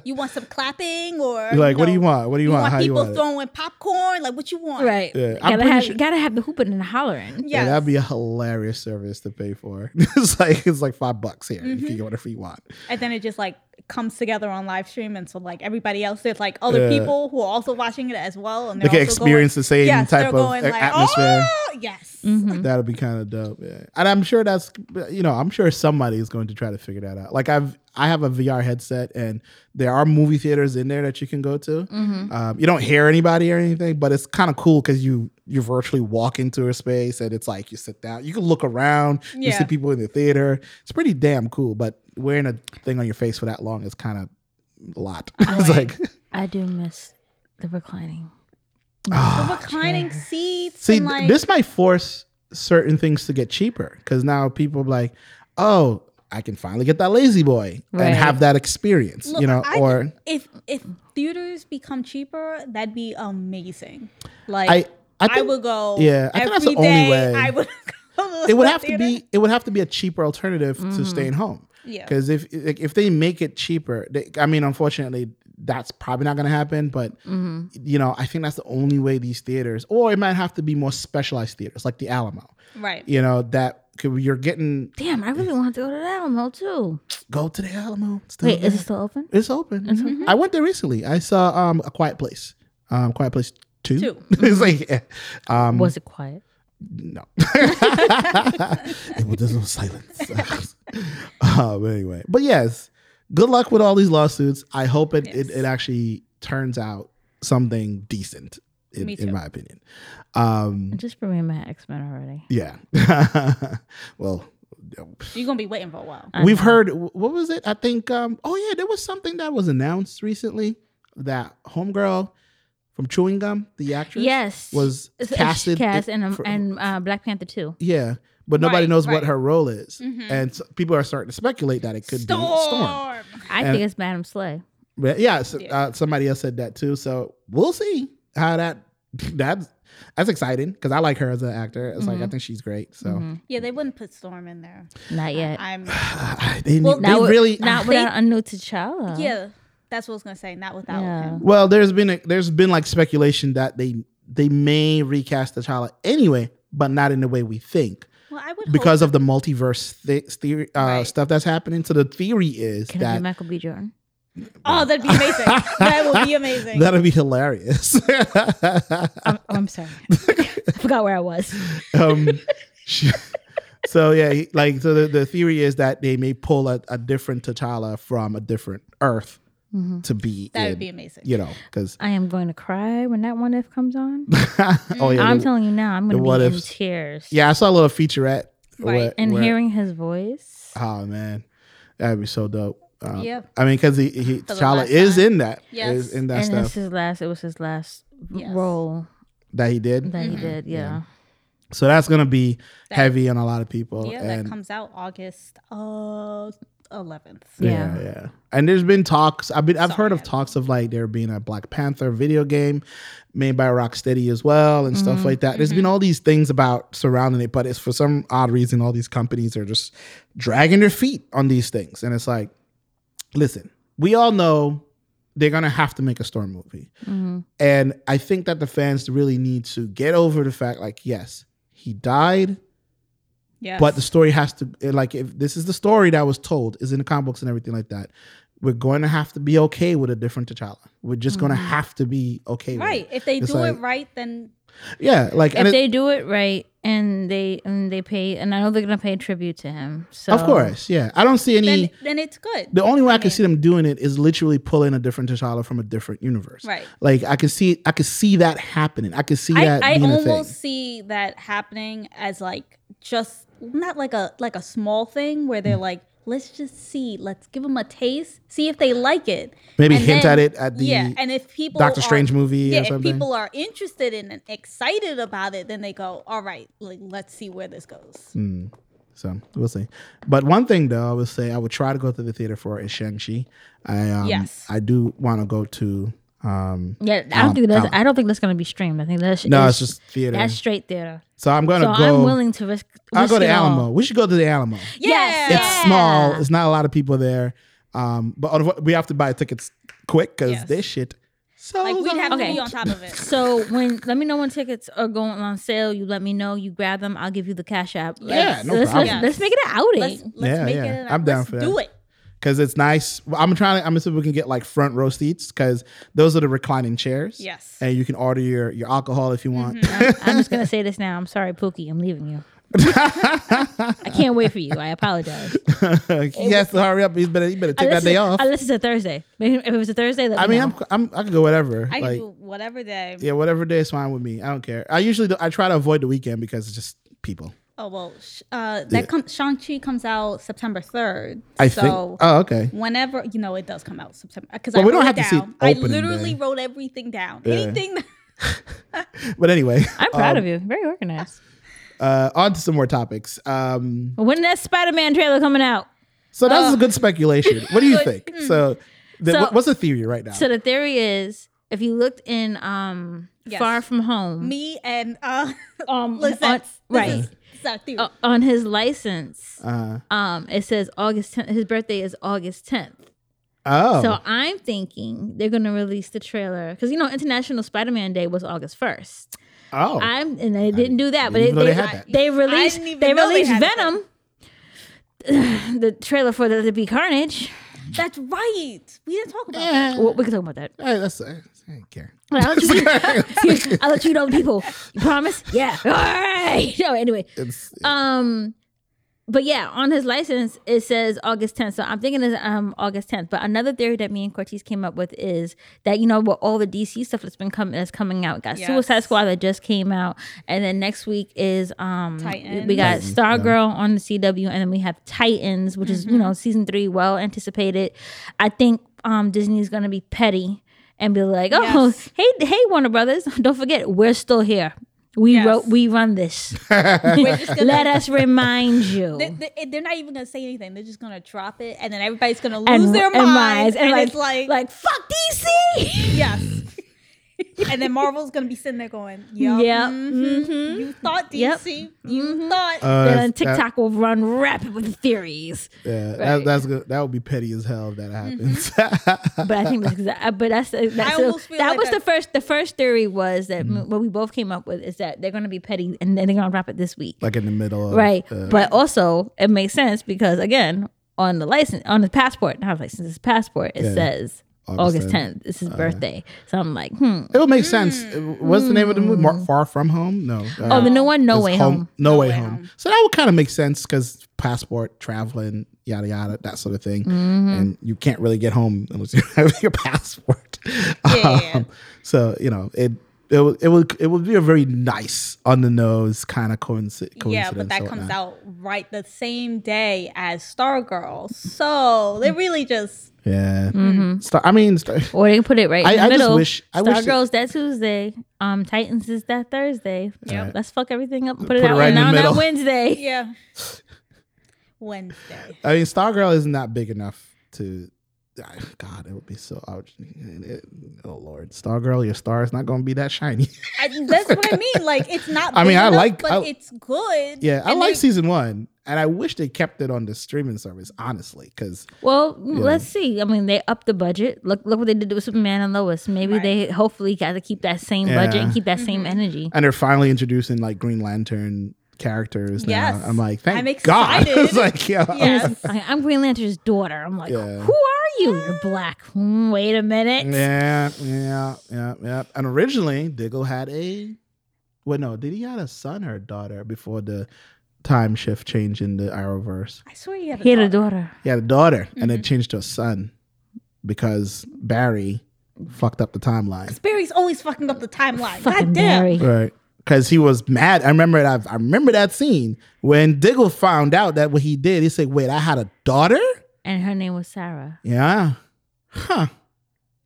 S3: You want some clapping or
S1: You're like,
S3: you
S1: what do you
S3: know,
S1: want? What do you, want? How do you
S3: people
S1: want? it?
S3: throwing popcorn? Like what you want?
S2: Right.
S1: Yeah, I'm
S2: gotta
S1: pretty
S2: have
S1: sure-
S2: gotta have the hooping and the hollering.
S1: Yeah,
S3: Yes.
S1: that'd be a hilarious service to pay for. it's like it's like five bucks here.
S3: Mm-hmm.
S1: You can get whatever you want.
S3: and then it just like comes together on live stream and so like everybody else there's like other
S1: Yeah.
S3: people who are also watching it as well and
S1: They
S3: they're
S1: can
S3: also
S1: experience
S3: going,
S1: the same
S3: yes,
S1: type
S3: they're
S1: of
S3: going
S1: a-
S3: like,
S1: atmosphere.
S3: Oh, yes.
S1: That'll be kind of dope. Yeah, and I'm sure that's you know I'm sure somebody is going to try to figure that out. Like I've I have a VR headset and there are movie theaters in there that you can go to. Um, you don't hear anybody or anything, but it's kind of cool because you you virtually walk into a space and it's like you sit down, you can look around, you see
S3: Yeah.
S1: people in the theater. It's pretty damn cool. But wearing a thing on your face for that long is kind of a lot. it's like
S2: I do miss the reclining.
S3: The reclining seats.
S1: See,
S3: and,
S1: th-
S3: like,
S1: this might force certain things to get cheaper because now people be like, oh, I can finally get that lazy boy
S2: Right.
S1: and have that experience,
S3: Look,
S1: you know,
S3: I-
S1: or
S3: if if theaters become cheaper, that'd be amazing.
S1: I,
S3: Like I,
S1: I, think
S3: would go.
S1: yeah, I think that's
S3: every
S1: the only
S3: day.
S1: way.
S3: I would. Go
S1: it would
S3: the
S1: have to
S3: theater.
S1: be it would have to be a cheaper alternative to staying home.
S3: Yeah.
S1: because if like, if they make it cheaper, they, I mean, unfortunately, that's probably not going to happen. But
S3: Mm-hmm.
S1: you know, I think that's the only way these theaters, or it might have to be more specialized theaters like the Alamo.
S3: right.
S1: You know, that could, you're getting
S2: Damn, I really want to go to the Alamo too.
S1: go to the Alamo. It's still
S2: Wait,
S1: there.
S2: is it still open?
S1: It's open.
S3: Mm-hmm.
S1: I went there recently. I saw um a Quiet Place. Um Quiet Place 2.
S3: Two.
S1: it's like yeah. um
S2: Was it quiet?
S1: no. it was there's no silence. um anyway. But yes, good luck with all these lawsuits. I hope it it,
S3: Yes.
S1: it actually turns out something decent in,
S3: Me
S1: in
S3: too.
S1: my opinion. Um
S2: I just bring my X Men already.
S1: yeah. well,
S3: You're gonna be waiting for a while.
S2: I
S1: We've
S2: know.
S1: heard what was it? I think um oh yeah, there was something that was announced recently that Homegirl from Chewing Gum, the actress,
S2: Yes.
S1: was
S2: It's- it's
S1: casted
S2: cast
S1: in-
S2: and um,
S1: for-
S2: and uh, Black Panther too.
S1: yeah, but nobody
S3: Right,
S1: knows what
S3: right.
S1: her role is,
S3: Mhm.
S1: and so people are starting to speculate that it could be Storm.
S2: I
S1: And-
S2: think it's Madam Slay.
S1: But yeah, so,
S3: Yeah.
S1: Uh, somebody else said that too, so we'll see how that that's that's exciting because I like her as an actor. It's like I think she's great, so.
S2: Mhm.
S3: Yeah, they wouldn't put Storm in there.
S2: Not yet.
S3: I'm.
S1: they,
S3: Well,
S1: they
S2: not with-
S1: really
S2: not
S3: they-
S2: without a new T'Challa.
S3: Yeah, that's what I was gonna say. Not without
S2: Yeah.
S3: him.
S1: Well, there's been a, there's been like speculation that they they may recast T'Challa anyway, but not in the way we think
S3: Well, I would
S1: because
S3: hope
S1: of the multiverse th- theory uh,
S3: Right.
S1: stuff that's happening. So the theory is
S2: Can it be
S1: that
S2: Michael B. Jordan?
S3: Oh, that'd be amazing. that would be amazing.
S1: that'll be hilarious.
S2: I'm, I'm sorry. I forgot where I was.
S1: um, she- so yeah, he- like so the, the theory is that they may pull a, a different T'Challa from a different Earth
S2: Mhm.
S1: to be
S3: That
S1: in,
S3: would be amazing.
S1: you know because
S2: I am going to cry when that one if comes on.
S1: oh yeah
S2: I'm
S1: the-
S2: telling you now, I'm going
S1: the
S2: to
S1: what
S2: be in
S1: ifs.
S2: tears.
S1: yeah I saw a little featurette
S3: Right.
S2: And
S1: where-
S2: hearing his voice.
S1: Oh man, that'd be so dope. Um,
S3: Yeah.
S1: I mean, because he, he
S3: the
S1: T'Challa
S3: last
S1: is
S3: time.
S1: in that.
S3: Yes.
S1: Is in that
S2: and it's
S1: stuff
S2: his last, it was his last
S3: Yes.
S2: role
S1: that he did.
S2: that he did. Yeah.
S1: So that's gonna be heavy on a lot of people.
S3: Yeah,
S1: and
S3: that comes out August uh, 11th.
S1: yeah,
S2: Yeah.
S1: yeah, And there's been talks. I've been I've heard of
S3: Sorry.
S1: talks of like there being a Black Panther video game made by Rocksteady as well and
S2: Mm-hmm.
S1: stuff like that. There's been
S3: Mm-hmm.
S1: all these things about surrounding it, but it's for some odd reason all these companies are just dragging their feet on these things, and it's like, listen, we all know they're gonna have to make a storm movie.
S2: Mhm.
S1: And I think that the fans really need to get over the fact, like, yes, he died,
S3: Yeah.
S1: but the story has to, eh, like, if this is the story that was told, is in the comic books and everything like that, we're going to have to be okay with a different T'Challa. We're just going to have to be okay with it.
S3: Mm-hmm. right. If they
S1: It's
S3: do
S1: like-
S3: it right, then
S1: Yeah, like and
S2: if
S1: it-
S2: they do it right and they and they pay and I know they're gonna pay tribute to him. So
S1: of course, yeah. I don't see any.
S3: uh, Then, then it's good.
S1: the only way I can see them doing it is literally pulling a different T'Challa from a different universe.
S3: Right.
S1: Like I could see, I could see that happening. I could see
S3: I,
S1: that
S3: I
S1: being a
S3: almost
S1: thing.
S3: see that happening as like just not like a like a small thing where they're
S1: Mm.
S3: like, let's just see, let's give them a taste, see if they like it.
S1: Maybe
S3: And
S1: hint
S3: then-
S1: at it at the
S3: yeah, and if people
S1: Doctor
S3: are-
S1: Strange movie or
S3: yeah, if
S1: something.
S3: people are interested in and excited about it, then they go, all right, like, let's see where this goes.
S1: Mm. so we'll see. But one thing though, I would say I would try to go to the theater for is Shang Chi. I um,
S3: Yes.
S1: I do want to go to. Um,
S2: Yeah, I don't
S1: Um,
S2: think that's
S1: um,
S2: I don't think that's gonna be streamed. I think that's
S1: no,
S2: is-
S1: it's just theater.
S2: that's straight theater.
S1: so I'm gonna
S2: So
S1: go.
S2: I'm willing to risk.
S1: I'll
S2: risk
S1: go to
S2: it all.
S1: Alamo. We should go to the Alamo.
S3: Yeah.
S2: Yes.
S1: It's small. It's not a lot of people there. Um, but we have to buy tickets quick because
S3: Yes.
S1: this shit. So
S3: Like we'd have to
S2: Okay.
S3: be on top of it.
S2: So when let me know when tickets are going on sale. You let me know. You grab them. I'll give you the cash app. Let's-
S1: no
S2: let's,
S1: problem.
S2: Let's, let's make it an outing.
S3: Let's, let's
S1: Yeah,
S3: make
S1: yeah.
S3: it. An,
S1: I'm down
S3: let's
S1: for that.
S3: Do it.
S1: because it's nice. Well, I'm trying. To, I'm gonna see if we can get like front row seats because those are the reclining chairs.
S3: Yes.
S1: and you can order your your alcohol if you want.
S2: I'm just gonna say this now. I'm sorry, Pookie. I'm leaving you. I can't wait for you. I apologize.
S3: Mm-hmm.
S1: he has to hurry up. He's better. You
S3: Uh,
S1: better take that
S2: Unless
S1: day
S2: it-
S1: off. I,
S2: Unless it's a Thursday. Maybe if it was a Thursday, let me
S1: mean,
S2: know.
S1: I'm, I'm I could go whatever.
S3: I
S1: like
S3: can do whatever day.
S1: yeah, whatever day is fine with me. I don't care. I usually do, I try to avoid the weekend because it's just people.
S3: Oh well, sh- uh, that comes Shang Chi comes out September third.
S1: I
S3: so
S1: think. Oh, okay.
S3: whenever you know it does come out September because
S1: Well,
S3: I
S1: we don't have
S3: wrote
S1: to
S3: it
S1: see
S3: down. I
S1: opening
S3: literally
S1: day.
S3: wrote everything down.
S1: Yeah.
S3: Anything. That-
S1: But anyway,
S2: I'm proud
S1: Um,
S2: of you. Very organized.
S1: uh, on to some more topics. Um,
S2: When that Spider-Man trailer coming out?
S1: So that's a good speculation. What do you think? So, the,
S2: Uh, So-
S1: what- what's the theory right now?
S2: So the theory is, if you looked in um
S3: Yes.
S2: Far From Home,
S3: me and uh,
S2: um,
S3: Lizette.
S2: on, right
S3: This is, this is our theory.
S2: Uh, on his license,
S1: uh,
S2: um, it says August 10th. His birthday is August 10th.
S1: oh,
S2: So I'm thinking they're gonna release the trailer because you know International Spider-Man Day was August 1st.
S1: oh,
S2: I'm and they didn't do that, but
S1: didn't
S2: they
S1: even know
S2: they,
S1: they had that.
S2: they released
S3: even
S2: they
S3: know they
S2: released
S3: had that.
S2: Venom, the trailer for Let It Be Carnage.
S3: That's right. We didn't talk about that.
S1: yeah.
S2: Well, we can talk about that.
S1: Hey, that's I don't care.
S2: But I'll let you, I'll let you know, people. You promise? Yeah. All right. No, anyway.
S1: It's,
S2: Um, but yeah, on his license it says August 10th. So I'm thinking it's um August 10th. But another theory that me and Cortez came up with is that you know what all the DC stuff that's been coming that's coming out. We got
S3: Yes.
S2: Suicide Squad that just came out, and then next week is um
S3: Titans.
S2: we got
S1: Titans,
S2: Stargirl on the CW, and then we have Titans, which is
S3: Mm-hmm.
S2: you know season three, well anticipated. I think um Disney's gonna be petty and be like, oh
S3: Yes.
S2: hey hey Warner Brothers, don't forget we're still here. We
S3: Yes.
S2: wrote we run this.
S3: We're just gonna,
S2: Let us remind you.
S3: they, they, they're not even gonna say anything. They're just gonna drop it, and then everybody's gonna lose
S2: And-
S3: their
S2: and
S3: minds.
S2: minds,
S3: And,
S2: and
S3: it's like,
S2: Like fuck DC.
S3: yes. and then Marvel's gonna be sitting there going, "Yeah,
S2: Yep. Mm-hmm.
S3: mhm. you thought DC,
S2: Yep. Mm-hmm.
S3: you thought."
S1: uh,
S2: then
S1: that-
S2: TikTok will run rapid with theories.
S1: yeah, that,
S2: right. Mm-hmm.
S1: that's good. That would be petty as hell if that happens.
S2: But I think that's exactly. uh, But that's, that's
S3: almost feel
S2: that
S3: like
S2: was
S3: that-
S2: the first. The first theory was that
S1: Mm.
S2: what we both came up with is that they're going to be petty and then they're going to wrap it this week,
S1: like in the middle, of,
S2: right?
S1: uh,
S2: but also it makes sense because again, on the license, on the passport, not license, his passport, it
S1: Yeah.
S2: says
S1: August Uh-huh.
S2: August 10th. It's his birthday. So I'm like, hmm.
S1: it would make sense. What's the name of the movie? Mar- Far from home? No.
S2: Mm. Oh,
S1: uh,
S2: the new one, No
S1: it's
S2: Way Home.
S1: No, way, home. So that would kind of make sense because passport, traveling, yada yada, that sort of thing,
S2: Mm-hmm.
S1: and you can't really get home unless you have your passport. Um,
S3: yeah, yeah.
S1: so you know it. It would, it would it would be a very nice on the nose kind of coincidence.
S3: Yeah, but that comes out right the same day as Stargirl. So they really just
S1: Yeah,
S2: Mm.
S1: Star, I mean, Star,
S2: Mm-hmm. Or they can put it right
S1: I-
S2: in the
S1: I just
S2: middle.
S1: wish- I wish
S2: Stargirls
S1: that-
S2: that Tuesday. Um, Titans is that Thursday.
S1: Yep. Right.
S2: Let's fuck everything up. and Put it
S1: Put it
S2: out
S1: right in
S2: and
S1: the
S2: now
S1: middle.
S2: that Wednesday.
S3: yeah. Wednesday.
S1: I mean, Stargirl isn't that big enough to. ah, God, it would be so ouch. It- oh Lord, Stargirl, your star is not going to be that shiny.
S3: I, that's what I mean. Like it's not.
S1: I mean,
S3: big
S1: I
S3: enough,
S1: like-
S3: but
S1: I-
S3: it's good.
S1: yeah, I
S3: And
S1: like
S3: they-
S1: season one, and I wish they kept it on the streaming service, honestly, because
S2: Well, let's see. I mean, they upped the budget. Look, look what they did with Superman and Lois. Maybe
S3: Right.
S2: they hopefully got to keep that same budget
S1: Yeah.
S2: and keep that same energy.
S1: and they're finally introducing like Green Lantern characters. Now.
S3: Yes.
S1: I'm like, thank
S3: I'm
S1: God. it's
S3: excited.
S1: like, yeah,
S3: Yes.
S2: I, I'm Green Lantern's daughter. I'm like,
S1: Yeah.
S2: who are you? You're black. Hmm, wait a minute.
S1: yeah, yeah, yeah, yeah. And originally, Diggle had a Well, no, did he had a son or a daughter before the time shift change in the Arrowverse?
S3: I swear he had a
S2: He had a
S3: daughter.
S2: daughter.
S1: He had a daughter, and
S3: Mm-hmm.
S1: it changed to a son because Barry fucked up the timeline.
S3: Barry's always fucking up the timeline.
S2: Fucking
S3: God damn.
S2: Barry.
S1: Right. Because he was mad. I remember that. I remember that scene when Diggle found out that what he did. He said, "Wait, I had a daughter."
S2: And her name was Sarah.
S1: Yeah. Huh.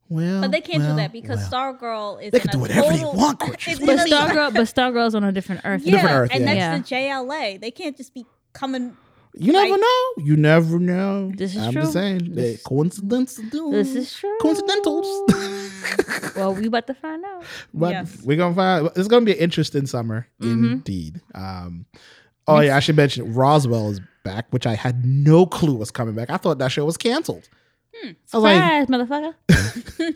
S1: Well,
S3: But they can't
S1: well,
S3: do that because
S1: well.
S3: Stargirl is
S1: They can
S3: in a
S1: do whatever they
S3: total-
S1: want, Coach.
S3: It's
S2: But
S3: in a-
S2: Stargirl, but Stargirl's on a different earth.
S3: Yeah,
S1: Different Earth,
S3: and
S1: yeah.
S3: that's the JLA. They can't just be coming.
S1: you never
S3: Right.
S1: know. You never know.
S2: This is
S1: I'm
S2: true.
S1: just saying.
S2: This-
S1: This, coincidence.
S2: This is true.
S1: coincidentals.
S2: well, we about to find out.
S1: But
S3: Yes. Mm-hmm.
S1: we're gonna find it's gonna be an interesting summer
S2: Mhm.
S1: indeed. Um oh yeah, I should mention Roswell is back, which I had no clue was coming back. I thought that show was canceled.
S3: Hmm.
S1: I was like,
S2: Surprise, motherfucker.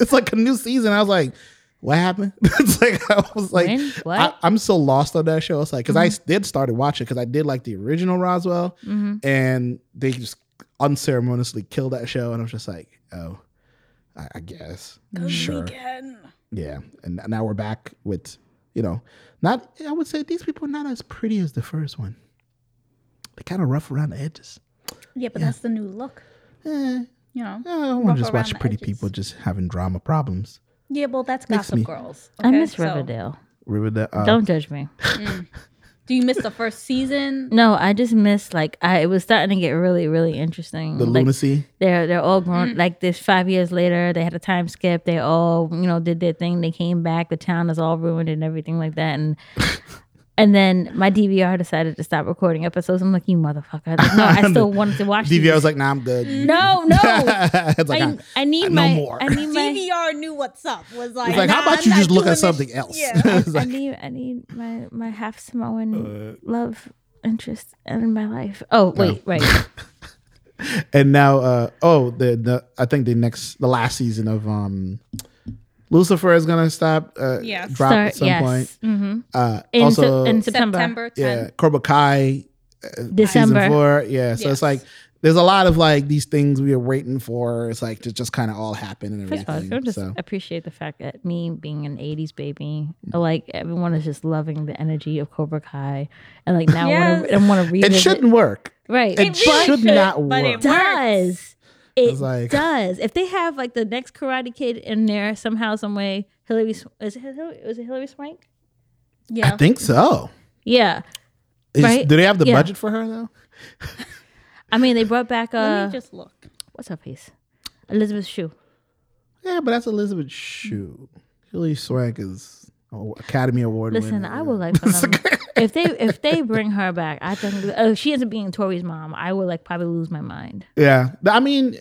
S1: it's like a new season. I was like, what happened? it's like I was like
S2: When? What?
S1: I, am so lost on that show. It's like because
S3: Mm-hmm.
S1: I did started watching because I did like the original Roswell
S2: hmm
S1: and they just unceremoniously killed that show and I was just like, oh, I, I guess. Sure.
S3: Weekend.
S1: Yeah, and now we're back with you know, not I would say these people are not as pretty as the first one. They're kind of rough around the edges.
S3: Yeah, but that's the new look.
S1: Eh,
S3: You know.
S1: I want
S3: Rough
S1: to just
S3: around
S1: watch
S3: the
S1: pretty
S3: edges.
S1: people just having drama problems.
S3: Yeah, well, that's
S1: Makes
S3: Gossip
S1: me-
S3: Girls.
S2: I
S3: okay?
S2: miss
S3: So,
S2: Riverdale.
S1: Riverdale. Uh,
S2: Don't judge me.
S3: do you miss the first season?
S2: No, I just miss like I it was starting to get really, really interesting.
S1: the
S2: like
S1: lunacy.
S2: they're they're all
S1: Mm.
S2: grown like this five years later, they had a time skip, they all, you know, did their thing, they came back, the town is all ruined and everything like that. And and then my DVR decided to stop recording episodes. I'm like, you motherfucker. Like, no, I still wanted to watch
S1: DVR
S2: these.
S1: was like, nah, I'm good.
S3: Mm.
S2: No, no.
S1: it's like, "Ah."
S2: I,
S1: I'm-
S2: I need
S1: no
S2: my
S1: more.
S2: I need my
S3: DVR knew what's up. Was like,
S1: it's like, how
S3: nah,
S1: about
S3: I'm
S1: you
S3: not
S1: just look
S3: doing
S1: at
S3: this
S1: something
S3: shit.
S1: else?
S3: Yeah.
S1: It's
S2: I
S1: like, Uh,
S2: need I need my my half Samoan love interest in my life. Oh wait, right.
S1: and now, uh, oh, the, the I think the next, the last season of um, Lucifer is gonna stop. Uh,
S3: Yes.
S1: drop at some point.
S2: hmm
S1: Uh,
S2: In,
S1: also,
S2: Sep- in September.
S3: September 10th.
S1: yeah, Cobra Kai
S2: December.
S1: season four. Yeah, so it's
S3: Yes.
S1: like there's a lot of like these things we are waiting for. It's like to just kind of all happen and
S2: First of all, I
S1: everything.
S2: just
S1: so
S2: appreciate the fact that me being an '80s baby,
S1: Mm.
S2: like everyone is just loving the energy of Cobra Kai, and like now
S3: Yes.
S2: I want to read
S1: it shouldn't work. It,
S2: right.
S3: really
S1: should
S3: should,
S1: not
S3: but
S1: work.
S3: it-
S2: does. It
S1: It's like-
S2: does. If they have like the next Karate Kid in there somehow, some way, Hillary Sw- is it Hillary, was it Hillary Swank?
S1: I
S3: Yeah.
S1: think so.
S2: Yeah,
S1: Is-
S2: Right?
S1: Do they have the
S2: Yeah.
S1: budget for her though?
S2: I mean they brought back
S3: Let
S2: uh,
S3: me just look.
S2: what's her face, Elizabeth Shue.
S1: Yeah, but that's Elizabeth Shue. Hilly Swank is oh, Academy Award.
S2: Listen,
S1: winner.
S2: I would like for them if they if they bring her back. I think if she ends up being Tori's mom, I would like probably lose my mind.
S1: Yeah, Th- I mean,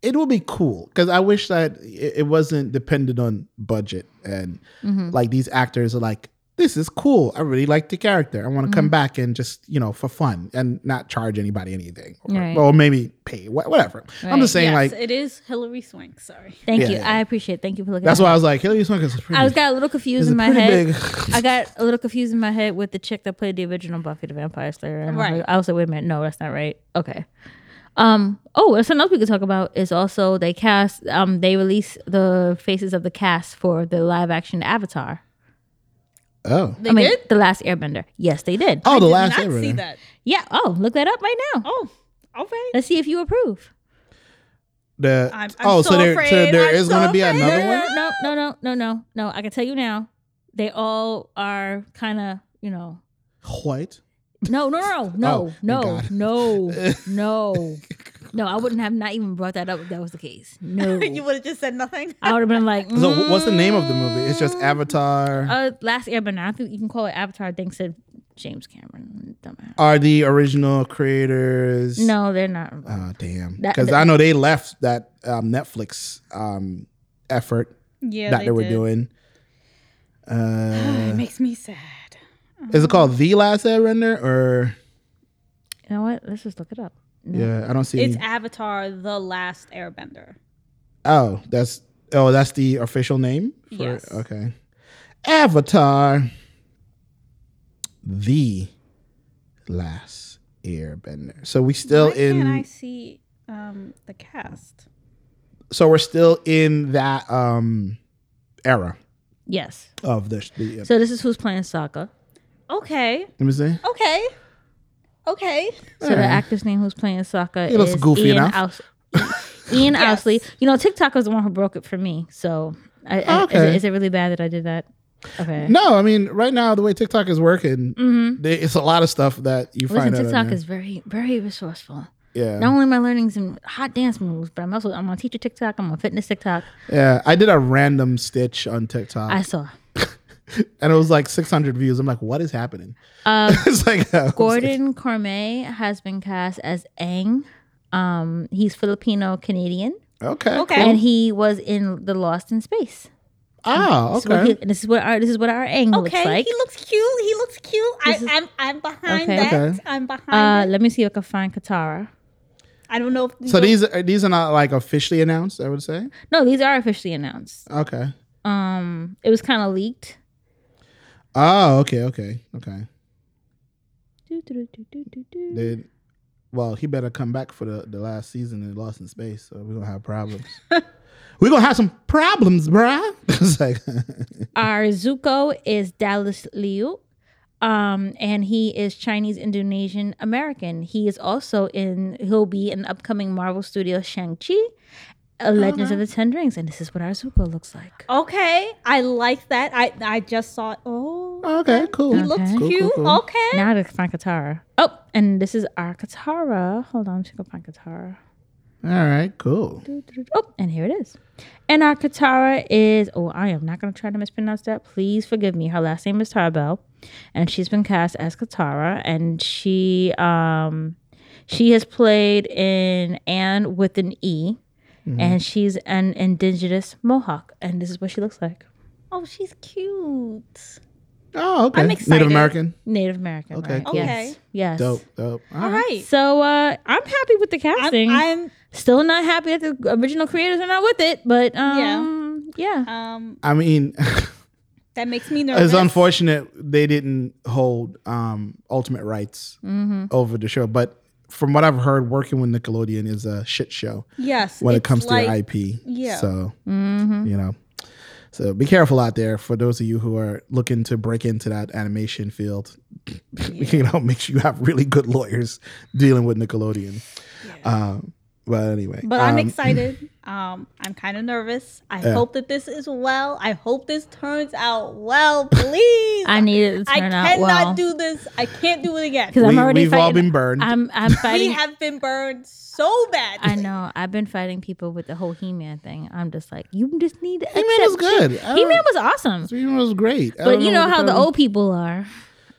S1: it would be cool because I wish that it it wasn't dependent on budget and
S3: Mm-hmm.
S1: like these actors are like, this is cool. I really like the character. I want to
S3: Mm-hmm.
S1: come back and just you know for fun and not charge anybody anything, or,
S2: Right.
S1: or maybe pay wha- whatever. I'm
S2: Right.
S1: just saying like
S3: yes, it is Hillary Swank. Sorry.
S2: Thank
S1: Yeah,
S2: you.
S1: yeah.
S2: I appreciate. it. Thank you for looking.
S1: that's
S2: at
S1: why I was like Hillary Swank is pretty.
S2: I was got a little confused
S1: is
S2: in my
S1: pretty
S2: head.
S1: big.
S2: I got a little confused in my head with the chick that played the original Buffy the Vampire Slayer. And I was
S3: Right.
S2: like- I was like, wait a minute, no, that's not right. Okay. Um. Oh, that's another we could talk about is also they cast. Um. They release the faces of the cast for the live action Avatar.
S1: oh
S3: They
S2: I mean,
S3: did?
S2: the last Airbender. Yes, they did.
S1: oh the
S3: Did
S1: last
S3: not
S1: ever.
S3: see that.
S2: Yeah. Oh, look that up right now.
S3: Oh, all right.
S2: Let's see if you approve.
S1: The
S3: I'm- I'm
S1: oh so
S3: so
S1: there so
S3: afraid.
S1: there
S3: I'm
S1: is going to
S3: so
S1: be
S3: afraid.
S1: another one.
S2: no, no, no, no, no, no, no. I can tell you now. They all are kind of, you know,
S1: What?
S2: No, no, no,
S1: Oh,
S2: no,
S1: thank
S2: no,
S1: God.
S2: no, no, no, no. I wouldn't have not even brought that up if that was the case. No,
S3: You would have just said nothing.
S2: I would have been like,
S1: So wh- what's the name of the movie? It's just
S2: mm,
S1: Avatar.
S2: Uh, Last Airbender. I think you can call it Avatar. Thanks to James Cameron. Dumbass.
S1: are the original creators?
S2: No, they're not.
S1: Oh damn!
S2: That-
S1: Because
S2: that-
S1: I know they left that um, Netflix um, effort
S3: Yeah,
S1: that they, were
S3: did.
S1: doing.
S3: it
S1: Uh,
S3: makes me sad.
S1: is it called The Last Airbender or
S2: You know what? Let's just look it up.
S1: yeah? I don't see.
S3: It's
S1: any-
S3: Avatar: The Last Airbender.
S1: oh, that's oh that's the official name. For,
S3: Yes.
S1: Okay. Avatar. The Last Airbender. So we still
S3: Why
S1: in.
S3: can't I see um, the cast?
S1: so we're still in that um era.
S2: Yes.
S1: of the. uh, the
S2: So this is who's playing Sokka.
S3: Okay.
S1: let me see.
S3: Okay. Okay.
S2: So the actor's name who's playing Sokka
S1: He looks
S2: is
S1: goofy
S2: Ian
S1: enough.
S2: Ous- Ian
S3: Yes.
S2: Ousley. You know, TikTok was the one who broke it for me. So I, I, is,
S1: Oh, Okay.
S2: it, is it really bad that I did that? Okay.
S1: No, I mean right now the way TikTok is working,
S2: Mm-hmm.
S1: they, it's a lot of stuff that you
S2: Listen,
S1: find out. on
S2: TikTok
S1: there.
S2: is very, very resourceful.
S1: yeah,
S2: Not only am I learning some hot dance moves, but I'm also I'm on teacher TikTok. I'm on fitness TikTok.
S1: yeah. I did a random stitch on TikTok,
S2: I saw
S1: and it was like 600 views. I'm like, what is happening?
S2: uh,
S1: it's like I was like-
S2: Gordon Cormier has been cast as Aang. Um, he's Filipino Canadian,
S1: okay,
S3: Okay.
S1: cool.
S2: and he was in the Lost in Space.
S1: Ah,
S2: This is what
S1: okay.
S2: he- and this is what our this is what our Aang
S3: Okay.
S2: looks like.
S3: He looks cute. He looks cute. I,
S2: This is-
S3: I'm I'm behind
S2: Okay.
S3: that.
S1: Okay.
S3: I'm behind.
S2: Uh,
S3: it.
S2: let me see if I can find Katara.
S3: I don't know. If
S1: So these are, these are not like officially announced. I would say.
S2: No, these are officially announced.
S1: Okay.
S2: Um, it was kind of leaked.
S1: Oh, okay, okay, okay.
S2: Doo-doo-doo-doo-doo-doo.
S1: They, well, he better come back for the, the last season in Lost in Space, so we're gonna have problems. we're gonna have some problems, bruh. it's like
S2: Our Zuko is Dallas Liu, um, and he is Chinese Indonesian American. He is also in. He'll be in the upcoming Marvel Studio Shang Chi, Legends of the Ten Rings, and this is what our Zuko looks like.
S3: Okay. I like that. I I just saw. Oh.
S1: okay, cool.
S3: He looks
S2: Okay. Cool,
S3: cute. Okay.
S2: Now I gotta find Katara. Oh, and this is our Katara. Hold on, she go find Katara.
S1: All right, cool.
S2: Oh, and here it is. And our Katara is, oh, I am not going to try to mispronounce that. Please forgive me. Her last name is Tarbell. And she's been cast as Katara. And she, um, she has played in Anne with an E.
S1: Mm-hmm.
S2: And she's an indigenous Mohawk. And this is what she looks like.
S3: Oh, she's cute.
S1: Oh, okay.
S3: I'm excited.
S1: Native American.
S2: Native American.
S1: Okay,
S2: right?
S1: cool.
S2: Yes.
S3: Okay.
S2: Yes.
S1: Dope, dope.
S3: All right.
S2: So uh, I'm happy with the casting.
S3: I'm, I'm
S2: Still not happy that the original creators are not with it, but um, yeah.
S3: um
S1: I mean,
S3: that makes me nervous.
S1: it's unfortunate they didn't hold um ultimate rights
S3: Mm-hmm.
S1: over the show, but from what I've heard, working with Nickelodeon is a shit show
S3: Yes.
S1: when it
S3: it's
S1: comes
S3: like,
S1: to your IP.
S3: yeah. Mm-hmm.
S1: So you know. So be careful out there for those of you who are looking to break into that animation field. you know, make sure you have really good lawyers dealing with Nickelodeon. Um, but anyway,
S3: But I'm
S1: um,
S3: excited. Um, I'm kind of nervous. I hope that this is well. I hope this turns out well, please.
S2: I need it to
S3: I
S2: turn out
S3: cannot
S2: well.
S3: do this. I can't do it again.
S2: 'Cause I'm
S1: We-
S2: already
S1: we've all
S2: fighting-
S1: been burned.
S2: I'm I'm
S3: We
S2: fighting.
S3: have been burned so bad.
S2: I know. I've been fighting people with the whole He-Man thing. I'm just like, you just need. to
S1: He-Man was
S2: accept shit.
S1: good. I don't-
S2: He-Man was awesome,
S1: Three was great. I
S2: but
S1: don't
S2: you know
S1: what
S2: how the
S1: problem-
S2: old people are.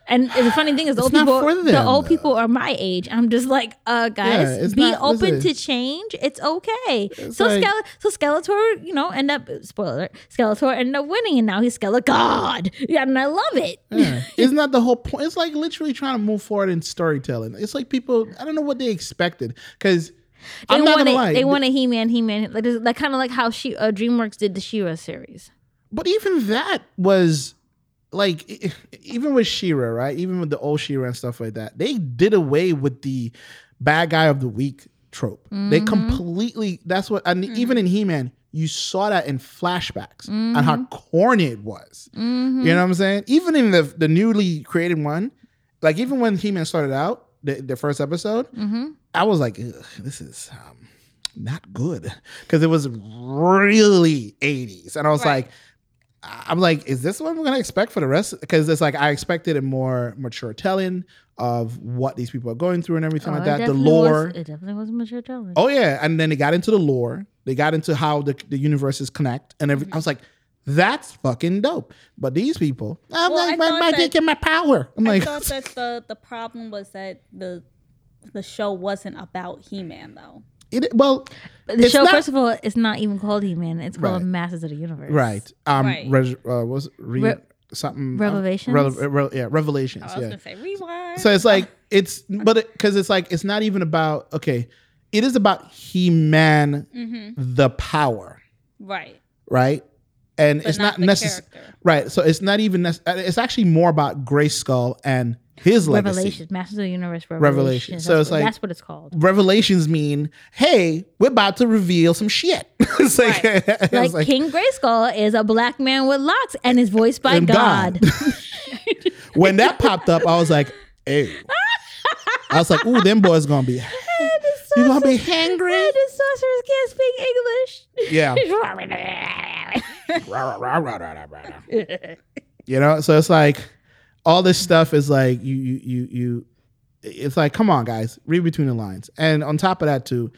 S2: And the funny thing is, the old
S1: not
S2: people,
S1: for
S2: the
S1: them,
S2: old
S1: though.
S2: people are my age. I'm just like, uh, guys,
S1: it's
S2: be
S1: not-
S2: open
S1: listen.
S2: to change. It's okay. so
S1: like-
S2: Skele- so Skeletor, you know, end up spoiler. Skeletor ended up winning, and now he's Skele-God. Yeah, and I love it.
S1: Yeah. Isn't that the whole point? It's like literally trying to move forward in storytelling. It's like people, I don't know what they expected because
S2: They
S1: I'm not
S2: want
S1: gonna
S2: a,
S1: lie.
S2: They want a He-Man, He-Man, like, this- like kind of like how she uh, DreamWorks did the She-Ra series.
S1: but even that was like e- e- even with Shira, right? Even with the old Shira and stuff like that, they did away with the bad guy of the week trope. They
S2: Mm-hmm.
S1: completely that's what and even in He-Man, you saw that in flashbacks and how
S2: Mm-hmm.
S1: corny it was. You know what I'm saying? Even in the the newly created one, like even when He-Man started out, the, the first episode, I was like, "Ugh, this is um, not good because it was really 80s. And I was
S3: Right.
S1: like, I'm like, is this what I'm gonna expect for the rest? Because it's like I expected a more mature telling of what these people are going through and everything
S2: Oh,
S1: like
S2: it
S1: that. The
S2: definitely was-
S1: lore.
S2: it definitely was mature television.
S1: oh yeah, and then they got into the lore. They got into how the, the universes connect and
S3: Mm-hmm.
S1: every, I was like, that's fucking dope. But these people, I'm
S3: Well, I
S1: like, my
S3: thought
S1: magic
S3: that-
S1: and my power. I'm
S3: I
S1: like,
S3: thought that the the problem was that the the show wasn't about He Man though.
S1: it, well,
S2: But the
S1: it's
S2: show,
S1: not-
S2: first of all, it's not even called He-Man. It's called
S1: Right.
S2: Masters of the Universe.
S1: Right. Um.
S3: Right.
S1: Res, uh, was re,
S2: Re-
S1: something
S2: Revelations?
S1: Rele- uh, re- yeah, revelations.
S3: Oh, I was
S1: yeah.
S3: gonna say rewind.
S1: So it's like it's but because it's like it's not even about okay, it is about he man
S3: Mm-hmm.
S1: the power
S3: right,
S1: right, and it's
S3: not
S1: not,
S3: the
S1: necessary
S3: character.
S1: right. So it's not even nec- uh, it's actually more about Grayskull and his legacy.
S2: Revelations, Masters of the Universe
S1: Revelation.
S2: Revelations.
S1: So
S2: That's
S1: it's
S2: what-
S1: like-
S2: that's what it's called.
S1: Revelations mean, hey, we're about to reveal some shit. it's like, it's
S2: Like, King Grayskull is a black man with locks and is voiced by
S1: And
S2: God.
S1: God. when that popped up, I was like, hey. I was like, ooh, them boys gonna be You gonna be hangry?
S2: the sorcerers can't speak English.
S1: Yeah. Rah, rah, rah, rah, rah, rah, rah. you know, so it's like all this stuff is like you you you you it's like, come on, guys, read between the lines. And on top of that, too,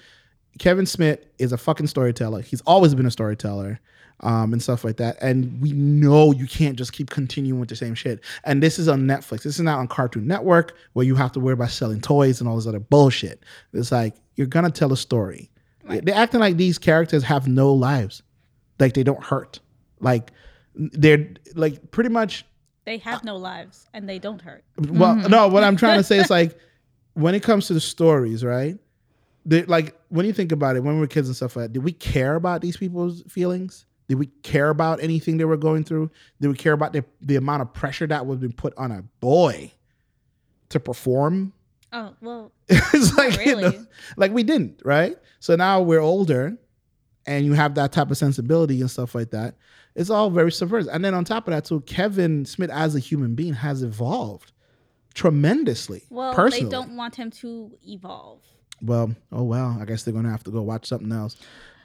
S1: Kevin Smith is a fucking storyteller. He's always been a storyteller um, and stuff like that. And we know you can't just keep continuing with the same shit. And this is on Netflix. This is not on Cartoon Network where you have to worry about selling toys and all this other bullshit. It's like you're gonna tell a story. They're acting like these characters have no lives, like they don't hurt. Like they're like pretty much
S3: They have no lives and they don't hurt.
S1: well, no, what I'm trying to say is like when it comes to the stories, right? They, like when you think about it, when we were kids and stuff like that, did we care about these people's feelings? Did we care about anything they were going through? Did we care about the, the amount of pressure that was being put on a boy to perform?
S3: Oh well,
S1: it's like you
S3: really.
S1: know, like we didn't, right? So now we're older, and you have that type of sensibility and stuff like that. It's all very subversive. And then on top of that, too, Kevin Smith as a human being has evolved tremendously.
S3: well,
S1: personally.
S3: they don't want him to evolve.
S1: Well, oh well. I guess they're gonna have to go watch something else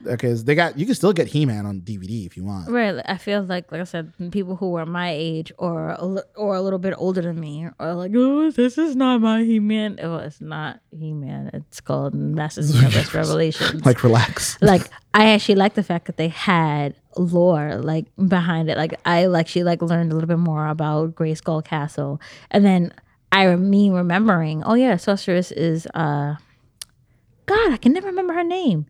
S1: because they got. You can still get He Man on DVD if you want.
S2: Right. like, I feel like, like I said, people who are my age or a li- or a little bit older than me are like, oh, this is not my He Man. Oh, it's not He Man. It's called Masters of the Universe Revelations.
S1: Like relax.
S2: like I actually like the fact that they had lore like behind it. Like I like she like learned a little bit more about Grey Skull Castle, and then I re- me remembering, oh yeah, sorceress is uh, God, I can never remember her name,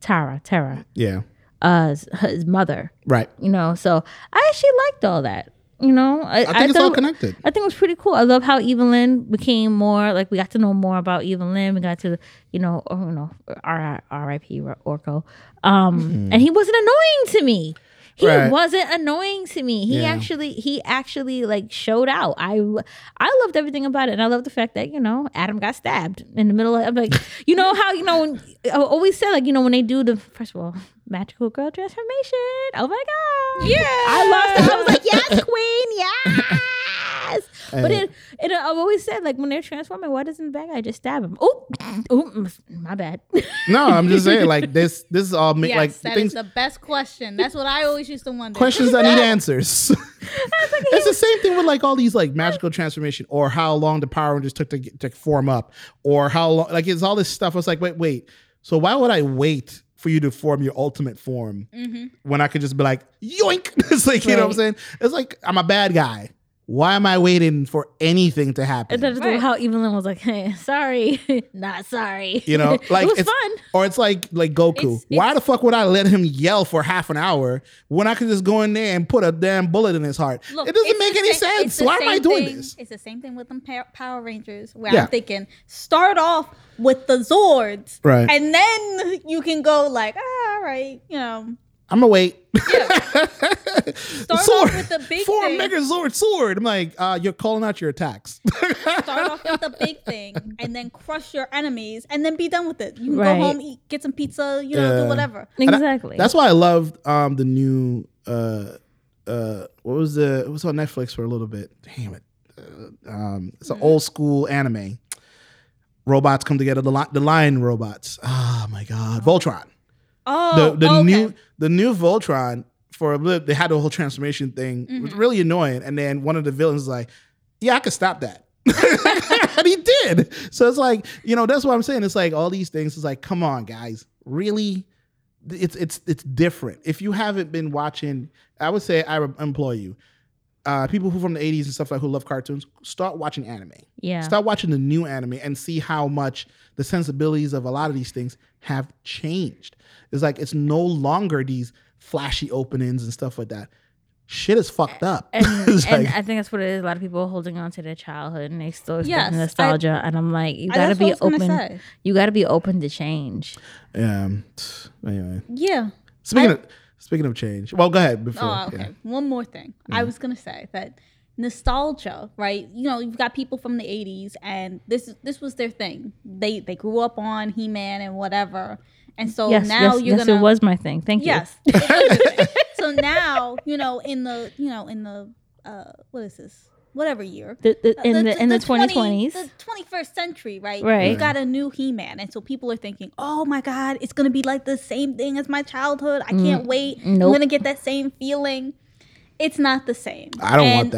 S2: Tara, Tara,
S1: Yeah.
S2: uh, his- his mother.
S1: Right.
S2: You know, so I actually liked all that. You know, I,
S1: I think it's
S2: thought
S1: all
S2: it-
S1: connected.
S2: I think it was pretty cool. I love how Evelyn became more like we got to know more about Evelyn. We got to you know oh, you know R- R.I.P. Orko, um, and he wasn't annoying to me. He
S1: Mm-hmm. Right.
S2: wasn't annoying to me. He
S1: Yeah.
S2: actually he actually like showed out. I I loved everything about it, and I love the fact that you know Adam got stabbed in the middle. of I'm like you know how you know when- I always said like you know when they do the first of all magical girl transformation. Oh my god! Yeah, I lost. it. I was like yes, queen, yes. But
S1: Hey.
S2: it, it, I've always said like when they're transforming, why doesn't the bad guy just stab him? Oh, oh, my bad.
S1: No, I'm just saying like this. This is all ma-
S3: Yes,
S1: like
S3: that is
S1: things.
S3: the best question. That's what I always used to wonder.
S1: questions that need answers. it's the same thing with like all these like magical transformation or how long the Power Rangers took to, get- to form up or how long like it's all this stuff. I was like, wait, wait. So why would I wait for you to form your ultimate form
S3: Mm-hmm.
S1: when I could just be like yoink? it's like you know what I'm saying. It's like I'm a bad guy. Why am I waiting for anything to happen?
S2: And then
S3: Right.
S2: how Evelyn was like, hey, sorry, not sorry.
S1: You know, like
S2: it was
S1: it's-
S2: fun.
S1: Or it's like like Goku.
S3: It's-
S1: Why
S3: it's-
S1: the fuck would I let him yell for half an hour when I could just go in there and put a damn bullet in his heart? it doesn't
S3: it's
S1: make
S3: the
S1: any
S3: same- it's
S1: sense.
S3: the
S1: Why am I
S3: same
S1: doing
S3: thing-
S1: this?
S3: It's the same thing with them Pow- Power Rangers, where
S1: Yeah.
S3: I'm thinking start off with the Zords,
S1: Right.
S3: and then you can go like, ah, all right, you know,
S1: I'm gonna wait.
S3: Start off with the big
S1: four
S3: thing.
S1: megazord sword. I'm like, uh, you're calling out your attacks.
S3: start off with the big thing, and then crush your enemies, and then be done with it. You can
S2: Right.
S3: go home, eat, get some pizza, you know,
S1: Yeah.
S3: do whatever.
S1: And I-
S2: Exactly.
S1: that's why I loved um the new uh uh what was the it was on Netflix for a little bit. Damn it. Uh, um it's an old school anime. Robots come together, the li- the lion robots. Oh my god. Voltron.
S3: Oh,
S1: the the
S3: okay.
S1: new the new Voltron for a blip, they had the whole transformation thing. It
S3: Mm-hmm.
S1: was really annoying. And then one of the villains was like, Yeah, I could stop that. and he did. So it's like, you know, that's what I'm saying. It's like all these things, it's like, come on, guys. Really? It's it's it's different. If you haven't been watching, I would say I would employ you. Uh, people who from the 80s and stuff like who love cartoons, start watching anime.
S2: yeah.
S1: Start watching the new anime and see how much the sensibilities of a lot of these things have changed. It's like it's no longer these flashy openings and stuff like that. Shit is fucked up.
S2: And,
S1: It's
S2: and
S1: like-
S2: I think that's what it is. A lot of people are holding on to their childhood and they still
S3: Yes,
S2: expect
S3: I-
S2: nostalgia. and I'm like, you
S3: I-
S2: gotta
S3: that's what I
S2: be
S3: was gonna
S2: open.
S3: say.
S2: You gotta be open to change.
S1: um, t- anyway,
S3: Yeah.
S1: speaking of speaking of change, well, go ahead before.
S3: Oh, okay. One more thing. I was gonna say that nostalgia, right? You know, you've got people from the 80s and this this was their thing. They they grew up on He-Man and whatever. And so
S2: yes, yes,
S3: now you're
S2: yes,
S3: going
S2: it
S3: to
S2: was my thing. Thank you.
S3: Yes. It is. so now, you know, in the, you know, in the uh what is this? Whatever year.
S2: The, the, in the, in the, 2020s.
S3: Uh, the 21st century, right?
S2: Right.
S3: You got a new He-Man, and so people are thinking, "Oh my God, it's gonna be like the same thing as my childhood. I can't wait.
S2: Mm, nope.
S3: I'm gonna get that same feeling." It's not the same.
S1: I don't
S3: and,
S1: want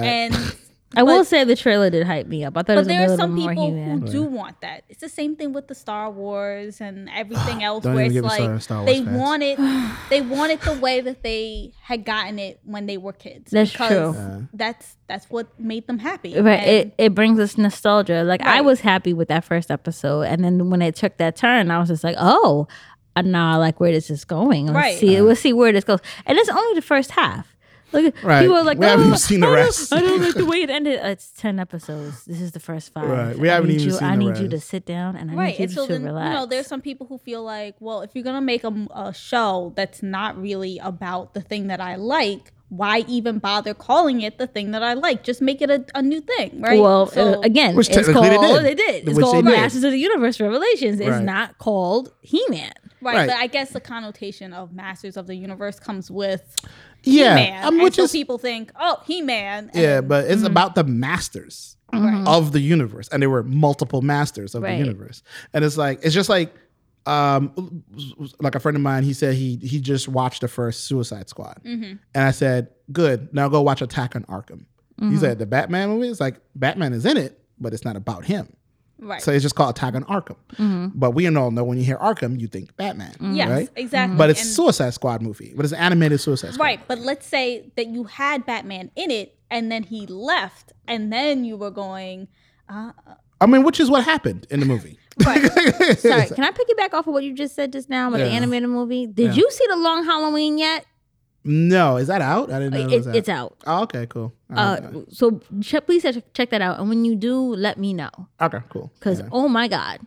S1: that.
S3: And
S2: I will
S3: but-
S2: say the trailer did hype me up. I thought it
S3: but
S2: was gonna
S3: there
S2: be a
S3: are
S2: little
S3: some
S2: more
S3: people
S2: He-Man.
S3: who do want that. It's the same thing with the Star Wars and everything else,
S1: Ah, Don't
S3: where
S1: even
S3: it's
S1: get me started on
S3: like
S1: Star Wars
S3: they
S1: fans.
S3: want it. They want it the way that they had gotten it when they were kids.
S2: That's
S3: because
S2: true.
S3: That's that's what made them happy.
S2: Right,
S3: And-
S2: it, it brings us nostalgia. Like I
S3: Right.
S2: was happy with that first episode, and then when it took that turn, I was just like, "Oh, uh, nah, like where is this going? Let's
S3: Right.
S2: see, we'll see where this goes." And it's only the first half. Look,
S1: Right.
S2: people are like,
S1: We haven't
S2: "Oh,
S1: even seen the
S2: I don't-
S1: rest."
S2: I don't like the way it ended. Uh, It's ten episodes. This is the first five.
S1: Right. We
S2: I
S1: haven't
S2: need
S1: even
S2: you,
S1: seen
S2: I
S1: the
S2: need you
S1: rest.
S2: to sit down and I
S3: right.
S2: need
S3: And
S2: you
S3: so
S2: to
S3: then
S2: relax.
S3: you know, there's some people who feel like, well, if you're gonna make a, m- a show that's not really about the thing that I like, why even bother calling it the thing that I like? Just make it a, a new thing, right?
S2: Well,
S3: So-
S2: uh, again,
S1: Which
S2: it's
S1: technically
S2: called
S1: they did.
S2: they did. It's
S1: Which
S2: called
S1: they did.
S2: Masters of the Universe Revelations. It's
S1: Right.
S2: not called He-Man.
S3: Right,
S1: Right.
S3: but I guess the connotation of Masters of the Universe comes with
S1: Yeah,
S3: He-Man,
S1: I'm
S3: and
S1: with
S3: so
S1: you.
S3: people think, oh, He-Man.
S1: Yeah,
S3: and-
S1: but
S2: Mm-hmm.
S1: it's about the masters
S3: Mm.
S1: of the universe, and there were multiple masters of
S2: Right.
S1: the universe, and it's like it's just like, um, like a friend of mine, he said he he just watched the first Suicide Squad,
S3: Mm-hmm.
S1: and I said, good, now go watch Attack on Arkham.
S3: Mm-hmm.
S1: He said the Batman movie is like Batman is in it, but it's not about him.
S3: right. Mm-hmm.
S1: So it's just called Attack on Arkham. But we all know when you hear Arkham, you think Batman,
S3: yes,
S1: right?
S3: exactly.
S1: But it's
S3: And-
S1: Suicide Squad movie, but it's an animated Suicide Squad.
S3: right. But let's say that you had Batman in it, and then he left, and then you were going,
S1: I mean, which is what happened in the movie.
S3: right,
S2: Sorry, can I piggyback off of what you just said just now about the
S1: Yeah.
S2: animated movie? Did
S1: Yeah.
S2: you see the Long Halloween yet?
S1: No, is that out? I didn't know it, was
S2: It,
S1: out.
S2: it's out.
S1: Oh, okay, cool.
S2: Uh, so check, please check, check that out, and when you do, let me know.
S3: Uh,
S1: okay, cool.
S2: Because oh my god!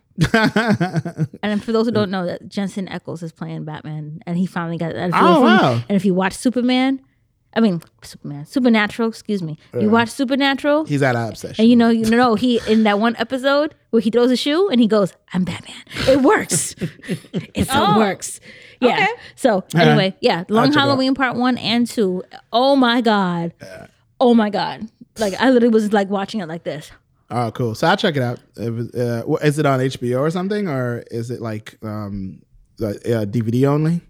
S1: Yeah.
S2: And for those who don't know, that Jensen Eccles is playing Batman, and he finally got. And if you
S1: Oh,
S2: were from-
S1: wow.
S2: And if you watch Superman, I mean Superman, Supernatural, excuse me, you watch Supernatural,
S1: He's out of obsession.
S2: and you know, you know, he in that one episode where he throws a shoe and he goes, "I'm Batman." It works. it so
S3: Oh.
S2: works. Yeah.
S3: Okay.
S2: So anyway, yeah, Long
S1: check it out.
S2: Halloween Part One and Two. Oh my god. Oh my god. Like I literally was like watching it like this.
S1: oh, cool. So I'll check it out. If it's, uh, wh- is it on HBO or something, or is it like um, uh, uh, DVD only?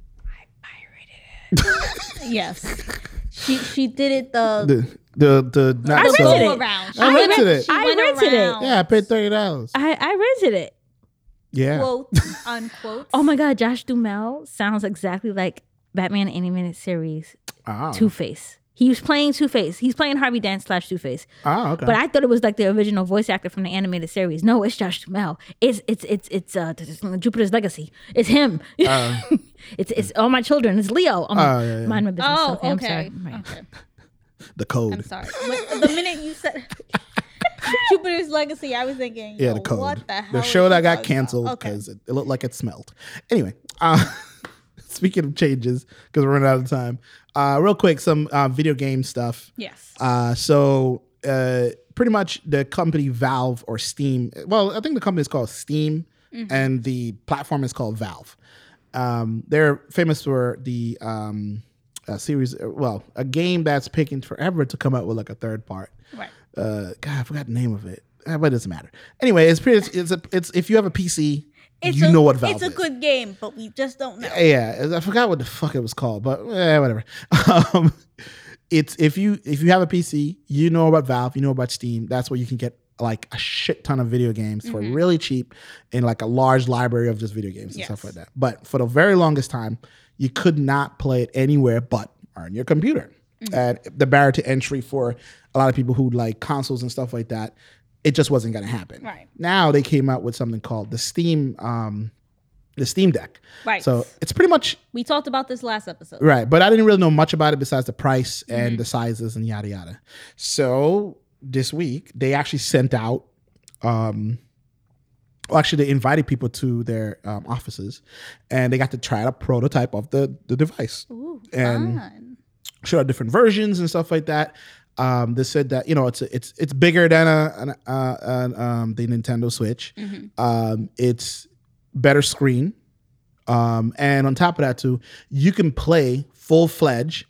S3: yes. She she did it the
S1: The the the not
S2: rented
S1: so.
S2: it.
S3: around.
S1: I rented it.
S3: She
S2: I
S3: went
S2: rented it.
S3: around,
S1: Yeah, I paid thirty dollars.
S2: I I rented it.
S1: Yeah.
S3: quote unquote.
S2: Oh my god, Josh Dumel sounds exactly like Batman animated series
S1: oh.
S2: Two Face. He was playing Two Face. He's playing Harvey Dent slash Two Face.
S1: oh, okay.
S2: But I thought it was like the original voice actor from the animated series. No, it's Josh Duhamel. It's it's it's it's uh this is Jupiter's Legacy. It's him. it's it's all my children. It's Leo. I'm,
S1: Oh, yeah, yeah.
S2: Mind my business.
S3: Oh,
S2: okay. I'm sorry.
S3: okay.
S2: Right.
S3: okay.
S1: the code.
S3: I'm sorry. When- the minute you said Jupiter's Legacy, I was thinking,
S1: Yeah,
S3: yo,
S1: the code.
S3: What the hell?
S1: the
S3: is
S1: show
S3: she
S1: that got
S3: talking about?
S1: canceled
S3: Okay.
S1: because it, it looked like it smelled. Anyway, uh, speaking of changes, because we're running out of time, uh, real quick, some uh, video game stuff.
S3: Yes.
S1: Uh, so uh, pretty much the company Valve or Steam. Well, I think the company is called Steam,
S3: Mm-hmm.
S1: and the platform is called Valve. Um, they're famous for the um, a series. Well, a game that's taking forever to come out with like a third part.
S3: Right.
S1: Uh, God, I forgot the name of it. Eh, But it doesn't matter. Anyway, it's pretty. It's a. It's if you have a PC,
S3: It's
S1: you
S3: a,
S1: know what Valve
S3: It's a
S1: is.
S3: good game, but we just don't know.
S1: Yeah, I forgot what the fuck it was called, but eh, whatever. Um, it's if you if you have a PC, you know about Valve, you know about Steam. That's where you can get like a shit ton of video games for
S3: Mm-hmm.
S1: really cheap, and like a large library of just video games and stuff like
S3: Yes.
S1: that. But for the very longest time, you could not play it anywhere but on your computer.
S3: Mm-hmm.
S1: And the barrier to entry for a lot of people who like consoles and stuff like that, it just wasn't going to happen.
S3: Right.
S1: Now they came out with something called the Steam, um, the Steam Deck.
S3: Right.
S1: So it's pretty much
S3: we talked about this last episode.
S1: right, but I didn't really know much about it besides the price and
S3: Mm-hmm.
S1: the sizes and yada yada. So this week they actually sent out, um, well, actually they invited people to their um, offices, and they got to try out a prototype of the the device.
S3: Ooh,
S1: And-
S3: fun.
S1: Showed out different versions and stuff like that. Um, they said that you know it's it's it's bigger than a, an, uh, an, um, the Nintendo Switch. Um, it's better screen, um, and on top of that too, you can play full fledged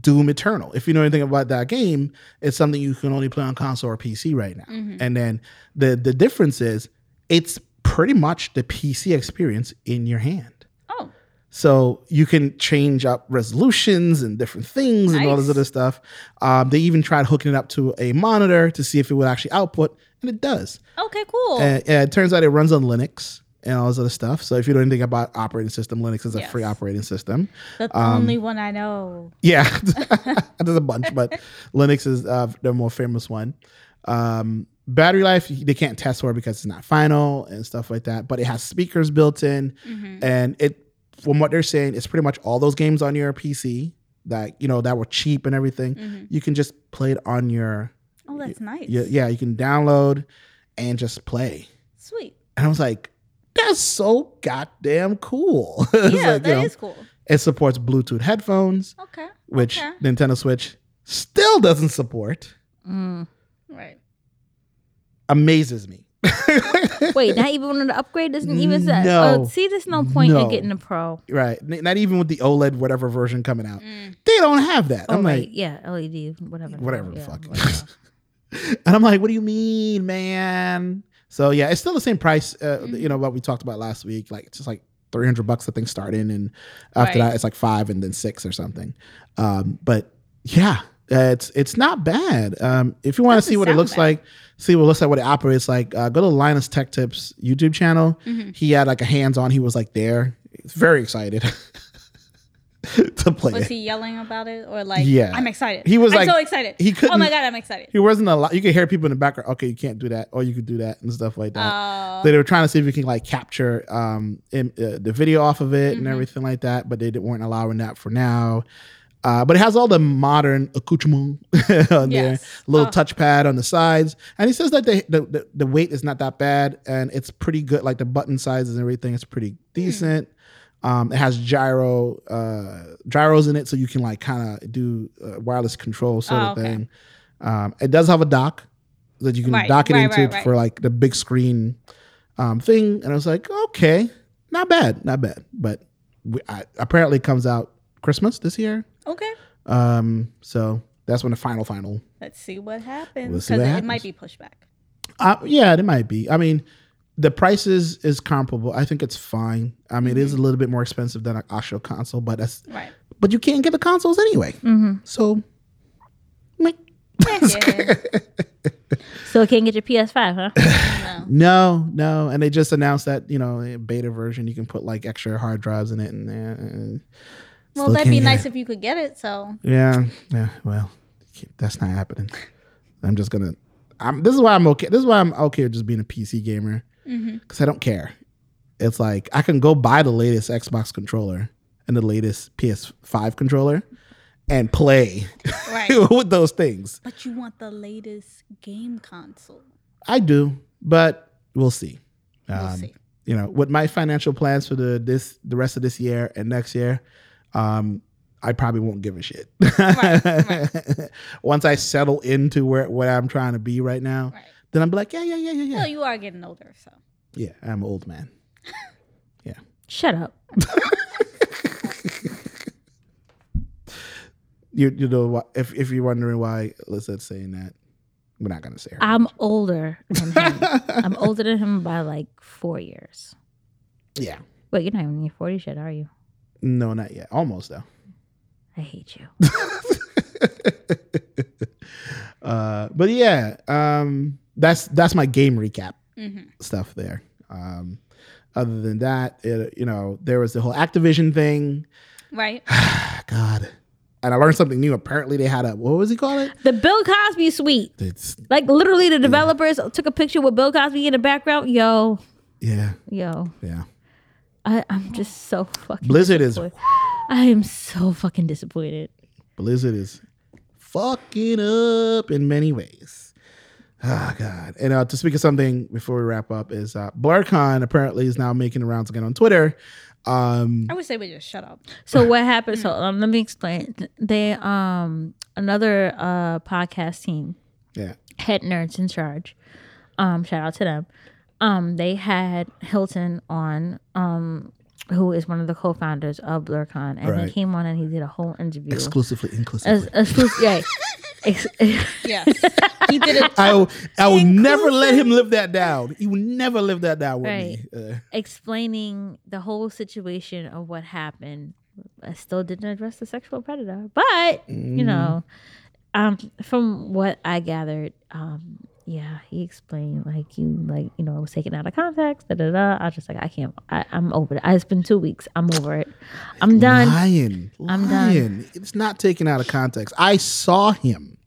S1: Doom Eternal. If you know anything about that game, it's something you can only play on console or PC right now.
S3: Mm-hmm.
S1: And then the the difference is it's pretty much the PC experience in your hand.
S3: Oh,
S1: So you can change up resolutions and different things and all this
S3: Nice.
S1: other stuff. Um, they even tried hooking it up to a monitor to see if it would actually output, and it does.
S3: okay, cool.
S1: And, and it turns out it runs on Linux and all this other stuff. So if you know anything about operating system, Linux is a
S3: Yes.
S1: free operating system.
S3: That's
S1: um,
S3: the only one I know.
S1: Yeah, there's a bunch, but Linux is uh, the more famous one. Um, battery life they can't test for because it's not final and stuff like that. But it has speakers built in,
S3: Mm-hmm.
S1: and it from what they're saying, it's pretty much all those games on your PC that you know that were cheap and everything.
S3: Mm-hmm.
S1: You can just play it on your
S3: Oh, that's nice.
S1: yeah, yeah. You can download and just play.
S3: Sweet.
S1: And I was like, that's so goddamn cool. yeah,
S3: Yeah, that is cool.
S1: It supports Bluetooth headphones
S3: Okay.
S1: which
S3: Okay.
S1: Nintendo Switch still doesn't support,
S2: Mm.
S3: Right.
S1: amazes me.
S2: Wait, not even when the upgrade doesn't even say.
S1: No.
S2: Oh, see, there's no point
S1: No.
S2: in getting a pro.
S1: right. N- Not even with the OLED whatever version coming out.
S3: Mm.
S1: They don't have that.
S2: Oh,
S1: I'm
S2: right.
S1: like,
S2: yeah, LED, whatever.
S1: whatever the
S2: Yeah,
S1: fuck.
S2: whatever.
S1: and I'm like, what do you mean, man? So yeah, it's still the same price, uh, you know, what we talked about last week. Like it's just like 300 bucks I think starting and after
S3: Right.
S1: that it's like 5 and then 6 or something. Um, but yeah, uh, it's it's not bad. Um, if you want to
S3: Doesn't
S1: see what it
S3: sound
S1: looks
S3: bad.
S1: like, see what it looks like, what it operates like, uh, go to Linus Tech Tips YouTube channel. He had like a hands-on, he was like there. He's very excited to play
S3: Was
S1: it.
S3: he yelling about it or like?
S1: Yeah.
S3: I'm excited.
S1: He was
S3: I'm
S1: like-
S3: so excited.
S1: he
S3: Oh
S1: couldn't-
S3: my god, I'm excited.
S1: He wasn't a lot. You could hear people in the background. Okay, you can't do that, or you could do that, and stuff like that.
S3: Uh,
S1: they were trying to see if we can like capture um im uh, the video off of it and
S3: Mm-hmm.
S1: everything like that, but they didn't, weren't allowing that for now. Uh, but it has all the modern accoutrement on there,
S3: Yes.
S1: little
S3: Oh.
S1: touchpad on the sides, and he says that the, the the- the weight is not that bad and it's pretty good. Like the button sizes and everything is
S3: Hmm.
S1: pretty decent. Um, it has gyro uh, gyros in it, so you can like kind of do uh, wireless control sort
S3: Oh,
S1: of
S3: okay.
S1: thing. Um, it does have a dock that you can
S3: Right,
S1: dock it
S3: right,
S1: into
S3: right, right.
S1: for like the big screen um, thing, and I was like, okay, not bad, not bad. But we, I, apparently, it comes out Christmas this year,
S3: okay.
S1: um, so that's when the final final.
S3: Let's see what happens
S1: We'll
S3: because
S1: see what
S3: it,
S1: happens.
S3: might be pushback.
S1: Uh, yeah, it might be. I mean, the price is, is comparable. I think it's fine. I mean, it
S3: Mm-hmm.
S1: is a little bit more expensive than an Osho console, but that's
S3: Right.
S1: but you can't get the consoles anyway.
S3: Mm-hmm.
S1: So, meh.
S3: Yeah.
S2: So I can't get your PS5, huh?
S1: no, no. And they just announced that you know a beta version you can put like extra hard drives in it, and uh,
S3: Well,
S1: Still
S3: that'd be
S1: can't get
S3: nice
S1: it.
S3: if you could get it. So
S1: Yeah, yeah. Well, that's not happening. I'm just gonna. I'm. This is why I'm okay. This is why I'm okay with just being a PC gamer
S3: mm-hmm.
S1: because I don't care. It's like I can go buy the latest Xbox controller and the latest PS5 controller and play
S3: right.
S1: with those things.
S3: but you want the latest game console.
S1: I do, but we'll see. Um,
S3: We'll see.
S1: You know, with my financial plans for the this the rest of this year and next year, um, I probably won't give a shit. Once I settle into where what I'm trying to be right now,
S3: Right.
S1: then I'll be like, yeah, yeah, yeah, yeah, yeah.
S3: Well, you are getting older, so
S1: yeah, I'm an old man.
S2: Shut up.
S1: You you know what? If if you're wondering why Lissette's saying that, we're not gonna say her.
S3: Ah.
S2: I'm older than him. I'm older than him by like four years.
S1: yeah.
S2: Wait, you're not even in your 40s yet, are you?
S1: No, not yet. Almost though.
S2: I hate you.
S1: uh, but yeah, um, that's that's my game recap
S3: Mhm.
S1: stuff there. Um, other than that, it, you know, there was the whole Activision thing.
S3: right.
S1: God, and I learned something new. Apparently, they had a what was he call it?
S2: The Bill Cosby suite.
S1: It's
S2: Like literally, the developers took a picture with Bill Cosby in the background. Yo,
S1: yeah,
S2: yo,
S1: yeah.
S2: I, I'm just so fucking.
S1: Blizzard is
S2: disappointed. I am so fucking disappointed.
S1: Blizzard is fucking up in many ways. Ah, God. And uh, to speak of something before we wrap up is uh, BlurCon apparently is now making the rounds again on Twitter. Um,
S3: I would say we just shut up.
S2: So what happened? So um, let me explain. They um another uh, podcast team,
S1: Yeah.
S2: Head Nerds in Charge. Um, shout out to them. Um, they had Hilton on, um, who is one of the co-founders of BlurCon, and
S1: Right.
S2: he came on and he did a whole interview.
S1: Exclusively inclusively.
S2: As, exclusive, yeah. Ex-
S3: Yes. he did it.
S1: I will, I will never let him live that down. He will never live that down with me. Uh,
S2: explaining the whole situation of what happened. I still didn't address the sexual predator, but
S1: Mm-hmm.
S2: you know, um, from what I gathered, um, yeah, he explained like you like you know it was taken out of context. Da da da. I was just like I can't. I, I'm over it. I, it's been two weeks. I'm over it. I'm done.
S1: Lying.
S2: I'm done.
S1: lying. It's not taken out of context. I saw him.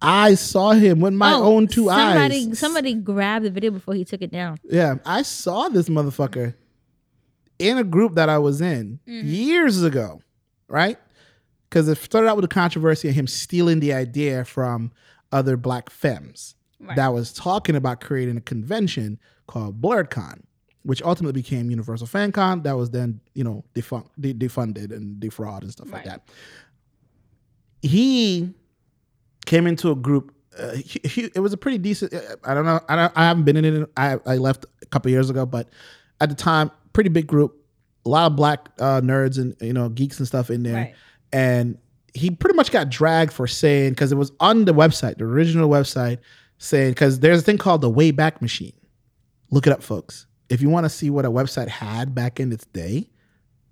S1: I saw him with my
S2: Oh,
S1: own two
S2: somebody,
S1: eyes.
S2: Somebody grabbed the video before he took it down.
S1: Yeah, I saw this motherfucker in a group that I was in
S2: Mm-hmm.
S1: years ago, right? Because it started out with a controversy of him stealing the idea from other black femmes
S3: Right.
S1: that was talking about creating a convention called BlurredCon, which ultimately became Universal FanCon. That was then, you know, defunct, de- defunded and defraud and stuff like
S3: Right.
S1: that. He came into a group. Uh, he, he- it was a pretty decent. uh, I don't know. I, don't, I haven't been in it. I, I left a couple years ago, but at the time, pretty big group. A lot of black uh, nerds and you know geeks and stuff in there,
S3: Right.
S1: and he pretty much got dragged for saying because it was on the website, the original website, saying because there's a thing called the Wayback Machine. Look it up, folks. If you want to see what a website had back in its day,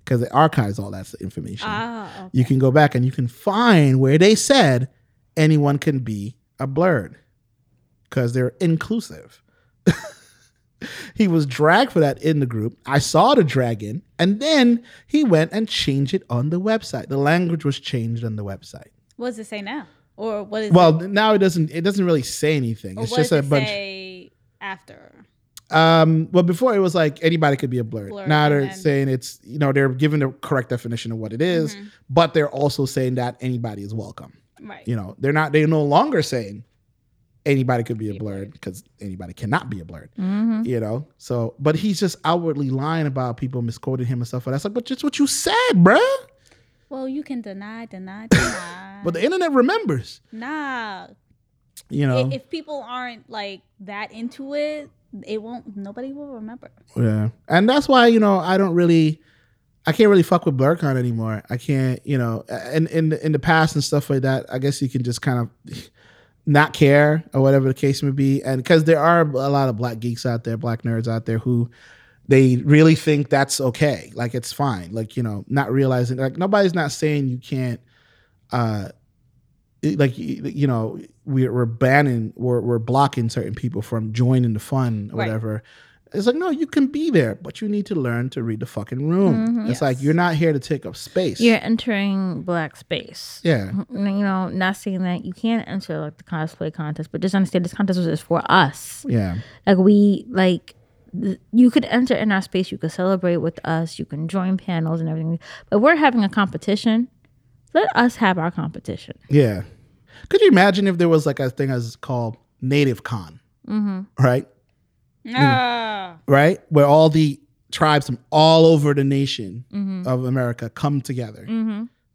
S1: because it archives all that information
S3: Ah, okay.
S1: you can go back and you can find where they said anyone can be a blurred because they're inclusive. he was dragged for that in the group. I saw the dragon, and then he went and changed it on the website. The language was changed on the website.
S3: What does it say now? Or what is
S1: Well, now it doesn't. It doesn't really say anything.
S3: or
S1: It's
S3: Oh, what
S1: just
S3: does
S1: a
S3: it
S1: bunch.
S3: say after?
S1: Um, well, before it was like anybody could be a blurred.
S3: Blurred,
S1: now they're
S3: and then-
S1: saying it's you know they're giving the correct definition of what it is,
S3: Mhm.
S1: but they're also saying that anybody is welcome.
S3: Right.
S1: you know they're not they're no longer saying anybody could be a blurred Mm-hmm. because anybody cannot be a blurred
S2: hmm
S1: you know so but he's just outwardly lying about people misquoting him and stuff like that's like but just what you said bruh
S3: Well, you can deny, deny, deny.
S1: but the internet remembers
S3: nah.
S1: you
S3: I-
S1: know
S3: If people aren't like that into it, it won't. Nobody will remember.
S1: yeah and that's why you know i don't really i can't really fuck with blurcon anymore i can't you know and in in the past and stuff like that i guess you can just kind of not care or whatever the case may be and because there are a lot of black geeks out there black nerds out there who they really think that's okay like it's fine like you know not realizing like nobody's not saying you can't uh it- like you you know we're, we're banning we're, we're blocking certain people from joining the fun or
S3: Right.
S1: whatever it's like no you can be there but you need to learn to read the fucking room
S2: Mm-hmm.
S1: it's like you're not here to take up space
S2: You're entering black space.
S1: yeah
S2: you know, not saying that you can't enter like the cosplay contest, but just understand this contest was just for us.
S1: yeah
S2: Like we like th- you could enter in our space, you could celebrate with us, you can join panels and everything. But we're having a competition. Let us have our competition.
S1: Yeah. Could you imagine if there was like a thing as called Native Con,
S2: Mm-hmm.
S1: right? Hmm.
S3: Nah.
S1: Right, where all the tribes from all over the nation
S2: Mm-hmm.
S1: of America come together,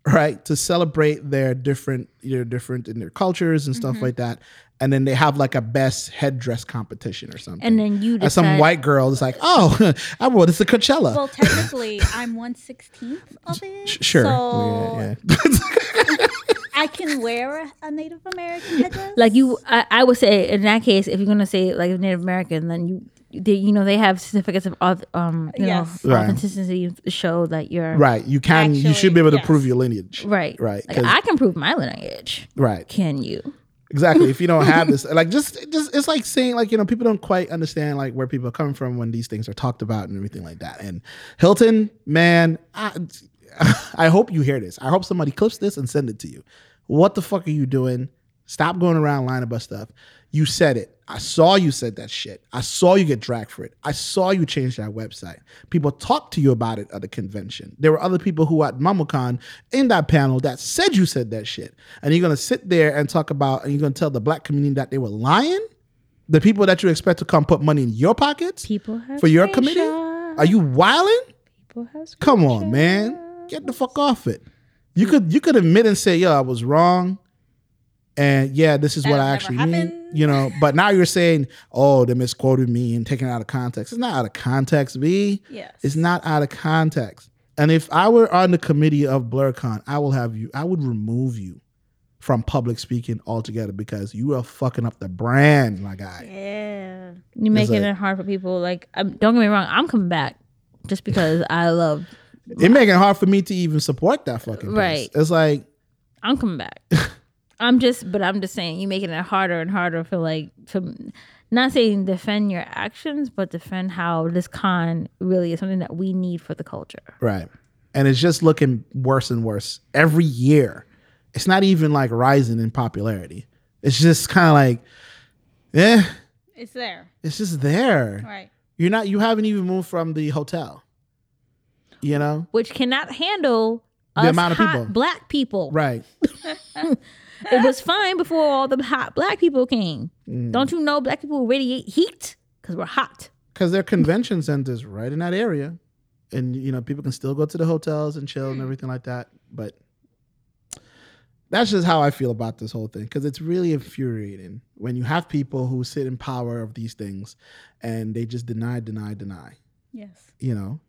S1: right, to celebrate their different, their different in their cultures and
S2: Mm-hmm.
S1: stuff like that, and then they have like a best headdress competition or something.
S2: And then you decide,
S1: And some white girl is like, "Oh, I wore this to Coachella."
S3: Well, technically, I'm one sixteenth of it.
S1: Sh- sure,
S3: So
S1: yeah, yeah.
S3: I can wear a, a Native American headdress.
S2: like you I, I would say in that case, if you're gonna say like Native American, then you they, you know they have certificates of auth- um you
S3: Yes.
S2: know
S1: Right.
S2: authenticity show that you're
S1: right. You can, you should be able to
S3: Actually,
S1: prove
S3: yes.
S1: your lineage.
S2: right
S1: Right,
S2: Like,
S1: 'cause-
S2: I can prove my lineage.
S1: Right.
S2: Can you?
S1: Exactly. If you don't have this, like just just it's like saying like you know people don't quite understand like where people are coming from when these things are talked about and everything like that. And Hilton, man, I, I hope you hear this. I hope somebody clips this and send it to you. What the fuck are you doing? Stop going around lying about stuff. You said it. I saw you said that shit. I saw you get dragged for it. I saw you change that website. People talked to you about it at the convention. There were other people who were at MamaCon in that panel that said you said that shit. And you're gonna sit there and talk about and you're gonna tell the black community that they were lying? The people that you expect to come put money in your pockets
S2: People have
S1: for your
S2: screenshots.
S1: committee? Are you wilding?
S2: People have
S1: Come on, man. Get the fuck off it. You could you could admit and say, "Yo, I was wrong," and yeah, this is
S3: That
S1: what I
S3: never
S1: actually mean.
S3: happened.
S1: You know, but now you're saying, "Oh, they misquoted me and taken it out of context." It's not out of context, B.
S3: Yes.
S1: It's not out of context. And if I were on the committee of BlurCon, I will have you. I would remove you from public speaking altogether because you are fucking up the brand, my guy.
S3: yeah.
S2: You're making
S1: like-
S2: it hard for people. Like, um, don't get me wrong, I'm coming back just because I love.
S1: It making it hard for me to even support that fucking. piece.
S2: Right.
S1: It's like
S2: I'm coming back. I'm just, but I'm just saying, you're making it harder and harder for like to not saying defend your actions, but defend how this con really is something that we need for the culture.
S1: Right. And it's just looking worse and worse every year. It's not even like rising in popularity. It's just kind of like, eh,
S3: It's there.
S1: it's just there.
S3: Right.
S1: You're not, you haven't even moved from the hotel, you know?
S2: which cannot handle
S1: The
S2: us
S1: amount of
S2: hot
S1: people.
S2: black people.
S1: Right.
S2: It was fine before all the hot black people came.
S1: Mm.
S2: Don't you know black people radiate heat because we're hot?
S1: Because their convention centers right in that area. And, you know, people can still go to the hotels and chill and everything like that. But that's just how I feel about this whole thing. Because it's really infuriating when you have people who sit in power of these things and they just deny, deny, deny.
S3: Yes.
S1: you know,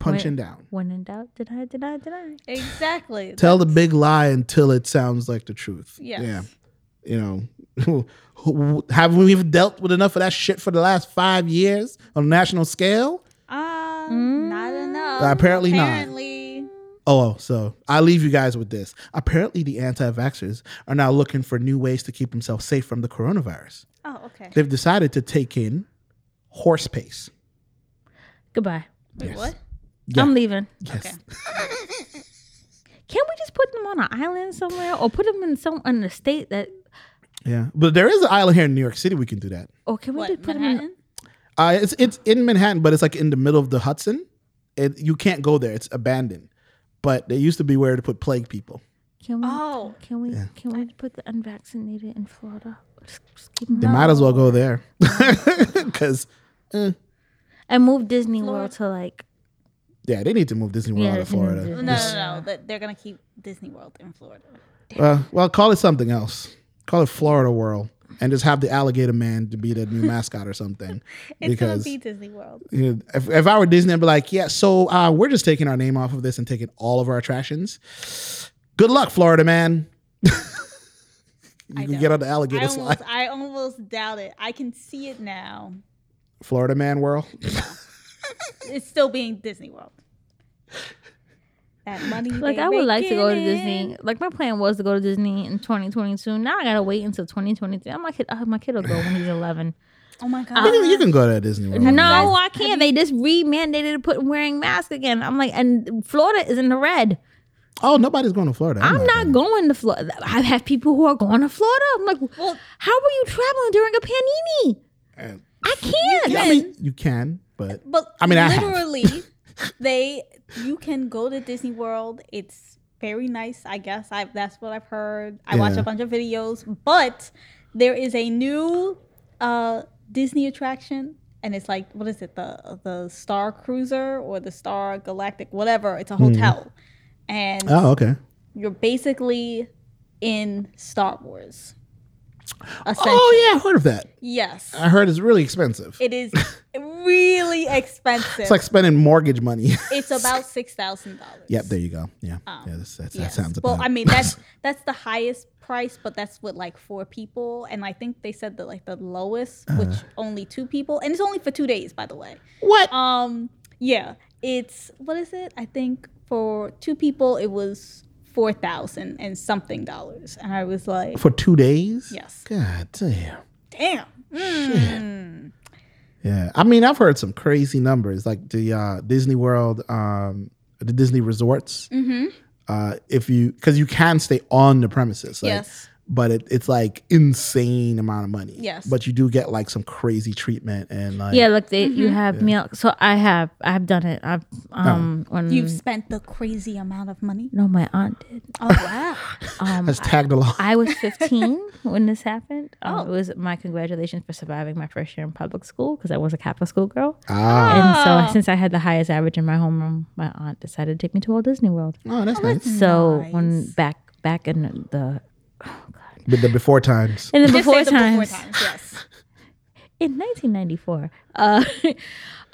S1: punching down.
S2: When in doubt, did I? Did I? Did I?
S3: Exactly.
S1: Tell the big lie until it sounds like the truth.
S3: Yes.
S1: Yeah. You know, who- who- haven't we even dealt with enough of that shit for the last five years on a national scale?
S3: Um, not enough.
S1: Mm. Apparently not.
S3: Apparently.
S1: Oh, so I leave you guys with this. Apparently, the anti vaxxers are now looking for new ways to keep themselves safe from the coronavirus.
S3: Oh, okay.
S1: They've decided to take in horse pace.
S2: Goodbye.
S3: Wait,
S1: Yes.
S3: what?
S1: Yeah.
S2: I'm leaving.
S1: Yes.
S3: Okay.
S2: Can we just put them on an island somewhere, or put them in some in a state that,
S1: Yeah. But there is an island here in New York City we can do that.
S2: or can we
S3: What,
S2: just put them
S3: Manhattan?
S1: Uh, it's it's in Manhattan, but it's like in the middle of the Hudson. It, you can't go there; it's abandoned. But they used to be where to put plague people.
S2: in? Can we?
S3: Oh.
S2: Can we?
S1: Yeah.
S2: Can we put the unvaccinated in Florida? Just, just keep 'em
S1: They might as well go there, because
S2: And move Disney World
S3: Florida.
S2: to like
S1: yeah, they need to move Disney World
S2: Yeah,
S1: out of
S2: they need to
S1: Florida.
S2: do
S3: No,
S2: that.
S3: no,
S1: Just-
S3: no. That they're gonna keep Disney World in Florida.
S1: uh, well, call it something else. Call it Florida World, and just have the alligator man to be the new mascot or something.
S3: It's
S1: because
S3: gonna be Disney World.
S1: you know, if, if I were Disney, I'd be like, yeah. So uh, we're just taking our name off of this and taking all of our attractions. Good luck, Florida man. you
S3: I
S1: can
S3: know.
S1: get on the
S3: I
S1: alligator slide.
S3: almost, I almost doubt it. I can see it now.
S1: Florida man world.
S3: It's still being Disney World. That money.
S2: Like
S3: they
S2: I would like to go to
S3: making.
S2: Disney. Like my plan was to go to Disney in 2022. Now I gotta wait until 2023. I'm like, uh, my kid will go when he's 11.
S3: Oh my god.
S1: You can, you can go to Disney World.
S2: no, I can't. They just re-mandated to put wearing masks again. I'm like, and Florida is in the red.
S1: Oh, nobody's going to Florida.
S2: I'm not going to Florida. I have people who are going to Florida. I'm like,
S3: Well-
S2: how are you traveling during a pandemic?
S1: going.
S2: I can't.
S1: I mean, you can, but
S3: But
S1: I mean, I have.
S3: literally, they you can go to Disney World. It's very nice, I guess. I that's what I've heard. I watch
S1: Yeah.
S3: a bunch of videos, but there is a new uh, Disney attraction, and it's like what is it the the Star Cruiser or the Star Galactic, whatever. It's a hotel, and
S1: Hmm. oh, okay.
S3: you're basically in Star Wars.
S1: Oh yeah, I heard of that.
S3: Yes,
S1: I heard it's really expensive.
S3: it is really expensive.
S1: It's like spending mortgage money.
S3: It's about six thousand dollars.
S1: yep, there you go. Yeah, yeah, that's, that's,
S3: Um, Yes.
S1: that sounds.
S3: well.
S1: about
S3: I mean, that's that's the highest price, but that's with like four people, and I think they said that like the lowest,
S1: Uh-huh.
S3: which only two people, and it's only for two days, by the way.
S1: what?
S3: Um, yeah, it's what is it? I think for two people it was four thousand and something dollars, and I was like,
S1: For two days?
S3: yes,
S1: God damn.
S3: damn. Mm.
S1: Yeah, I mean, I've heard some crazy numbers, like the uh, Disney World, um, the Disney resorts. Mm-hmm. Uh, if you, because you can stay on the premises. Like,
S3: Yes.
S1: but it, it's like insane amount of money.
S3: Yes.
S1: But you do get like some crazy treatment and like
S2: Yeah, like they,
S3: Mm-hmm.
S2: you have meal. So I have, I've done it. I've um on
S3: You've spent the crazy amount of money.
S2: no, my aunt did.
S3: Oh wow!
S2: Um,
S1: has tagged along.
S2: I was 15 when this happened. Um,
S3: Oh.
S2: It was my congratulations for surviving my first year in public school because I was a Catholic school girl.
S1: ah,
S2: And
S3: Ah.
S2: so, since I had the highest average in my homeroom, my aunt decided to take me to Walt Disney World.
S1: oh, that's nice.
S2: So when
S3: Nice.
S2: back back in the
S1: But the before times.
S2: in the
S3: Just say
S2: before
S3: the
S2: times
S3: Yes.
S2: in 1994, uh,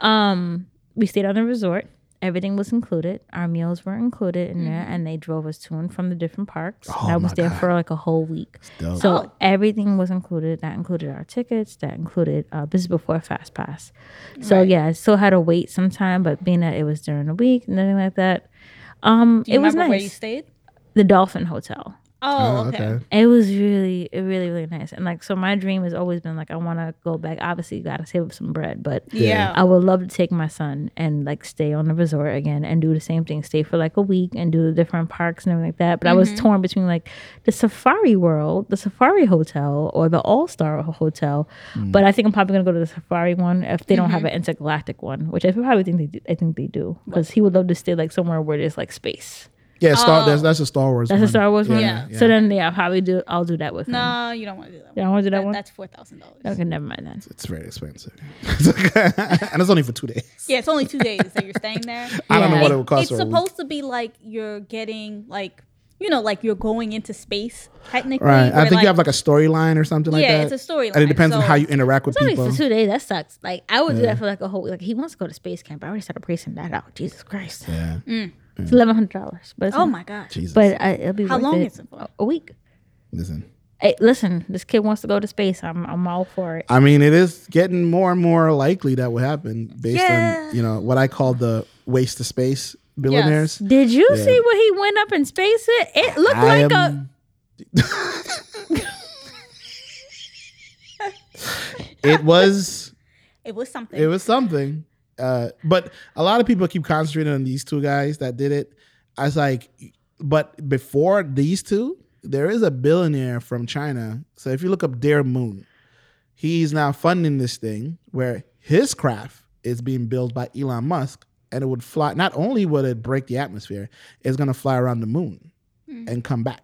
S2: um, we stayed on a resort. Everything was included. Our meals were included in
S3: Mm-hmm.
S2: there, and they drove us to and from the different parks.
S1: Oh
S2: and I was
S1: my
S2: there
S1: God.
S2: for like a whole week.
S1: dope.
S2: So
S3: Oh.
S2: everything was included. That included our tickets. That included uh, this is before Fast Pass. So yeah, I still had to wait some time, but being that it was during the week, nothing like that. Um,
S3: Do
S2: it
S3: you
S2: was
S3: remember
S2: nice.
S3: where you stayed?
S2: the Dolphin Hotel.
S3: Oh,
S1: Oh,
S3: okay.
S2: It was really, it really, really nice. And like, so my dream has always been like, I want to go back. Obviously, you got to save up some bread, but
S3: Yeah.
S2: I would love to take my son and like stay on the resort again and do the same thing, stay for like a week and do the different parks and everything like that. But I was torn between like the Safari World, the Safari Hotel, or the All Star Hotel.
S1: Mm.
S2: But I think I'm probably gonna go to the Safari one if they don't have an intergalactic one, which I probably think they do. I think they do because he would love to stay like somewhere where there's like space.
S1: Yeah, Star.
S3: Oh.
S1: That's that's a Star Wars.
S2: That's
S1: one.
S2: a Star Wars one.
S3: Yeah.
S2: So then yeah, I'll probably do. I'll do that with him.
S3: No,
S1: Mm.
S3: you don't want to do that.
S2: Yeah, I want to do that
S3: That-
S2: one.
S3: That's four thousand dollars.
S2: Okay, never mind then.
S1: It's very expensive, and it's only for two days.
S3: Yeah, it's only two days that you're staying there.
S1: I don't know
S2: Yeah.
S1: what it would cost.
S3: it's
S1: for a week.
S3: supposed to be like you're getting like you know like you're going into space technically.
S1: Right. I
S3: where,
S1: think you have like a storyline or something like
S3: yeah,
S1: that.
S3: it's a storyline.
S1: and it depends on
S3: so-
S1: how you interact with
S2: Only
S1: people.
S2: for two days, that sucks. Like I would do that for like a whole like he wants to go to space camp. I already started pricing that out. Jesus Christ.
S1: Yeah.
S3: Mm.
S2: It's eleven hundred dollars. But it's
S3: Oh
S2: not-
S3: my god.
S1: Jesus.
S2: But I, it'll be
S3: How
S2: worth
S3: long
S2: it.
S3: is it for?
S2: A- A week.
S1: Listen.
S2: Hey, listen, this kid wants to go to space. I'm I'm all for it.
S1: I mean, it is getting more and more likely that will happen based
S3: Yeah.
S1: on you know what I call the waste of space billionaires.
S2: Did you see what he went up in space? It, it looked
S1: I
S2: like a
S1: am- it was
S3: It was something.
S1: it was something. Uh, but a lot of people keep concentrating on these two guys that did it. I was like, but before these two, there is a billionaire from China. So if you look up Dare Moon, he's now funding this thing where his craft is being built by Elon Musk, and it would fly. Not only would it break the atmosphere, it's going to fly around the moon and come back.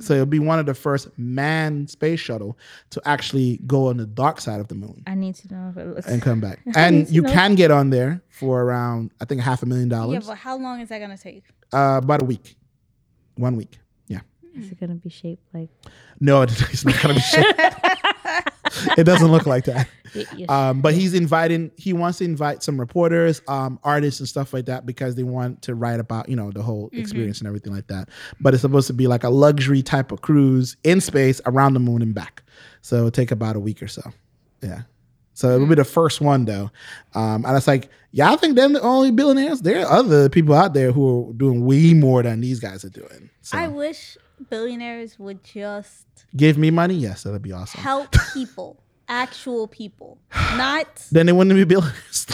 S1: So it'll be one of the first manned space shuttle to actually go on the dark side of the moon
S2: I need to know if it looks
S1: and come back.
S2: need
S1: And
S2: to
S1: you
S2: know.
S1: can get on there for around, I think, half a million
S3: yeah,
S1: dollars.
S3: but how long is that gonna take?
S1: uh, about a week, one week. Yeah.
S2: is it gonna be shaped like
S1: No, it's not gonna be shit. it doesn't look like that.
S2: y- y-
S1: Um, but he's inviting. He wants to invite some reporters, um, artists, and stuff like that because they want to write about you know the whole experience and everything like that. But it's supposed to be like a luxury type of cruise in space around the moon and back. So it'll take about a week or so. Yeah. So it'll be the first one though. Um, and it's like, yeah, I think them the only billionaires. There are other people out there who are doing way more than these guys are doing. So
S3: I wish billionaires would just
S1: give me money, yes, that'd be awesome.
S3: help people, actual people, not
S1: then they wouldn't be billionaires.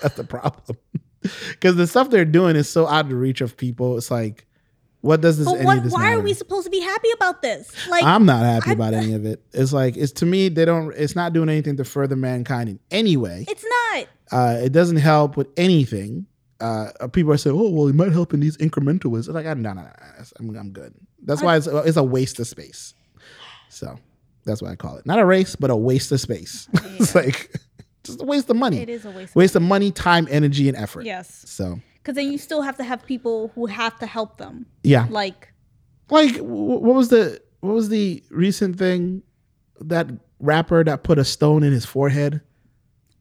S1: That's the problem. Because the stuff they're doing is so out of the reach of people. It's like, what does this?
S3: But
S1: any
S3: what,
S1: of this
S3: why
S1: matter?
S3: are we supposed to be happy about this? Like,
S1: I'm not happy
S3: I'm-
S1: about any of it. It's like it's to me they don't. It's not doing anything to further mankind in any way.
S3: it's not.
S1: Uh, it doesn't help with anything. Uh, people are saying, "Oh, well, it might help in these incremental ways." It's like, no, no, no, no. That's- I'm, I'm good. That's why it's, it's a waste of space. So that's what I call it. Not a race, but a waste of space. it's like just a waste of money
S3: It is a waste. of
S1: waste of money, time, energy, and effort.
S3: Yes,
S1: So
S3: because then you still have to have people who have to help them.
S1: yeah,
S3: Like,
S1: like wh- what was the what was the recent thing that rapper that put a stone in his forehead?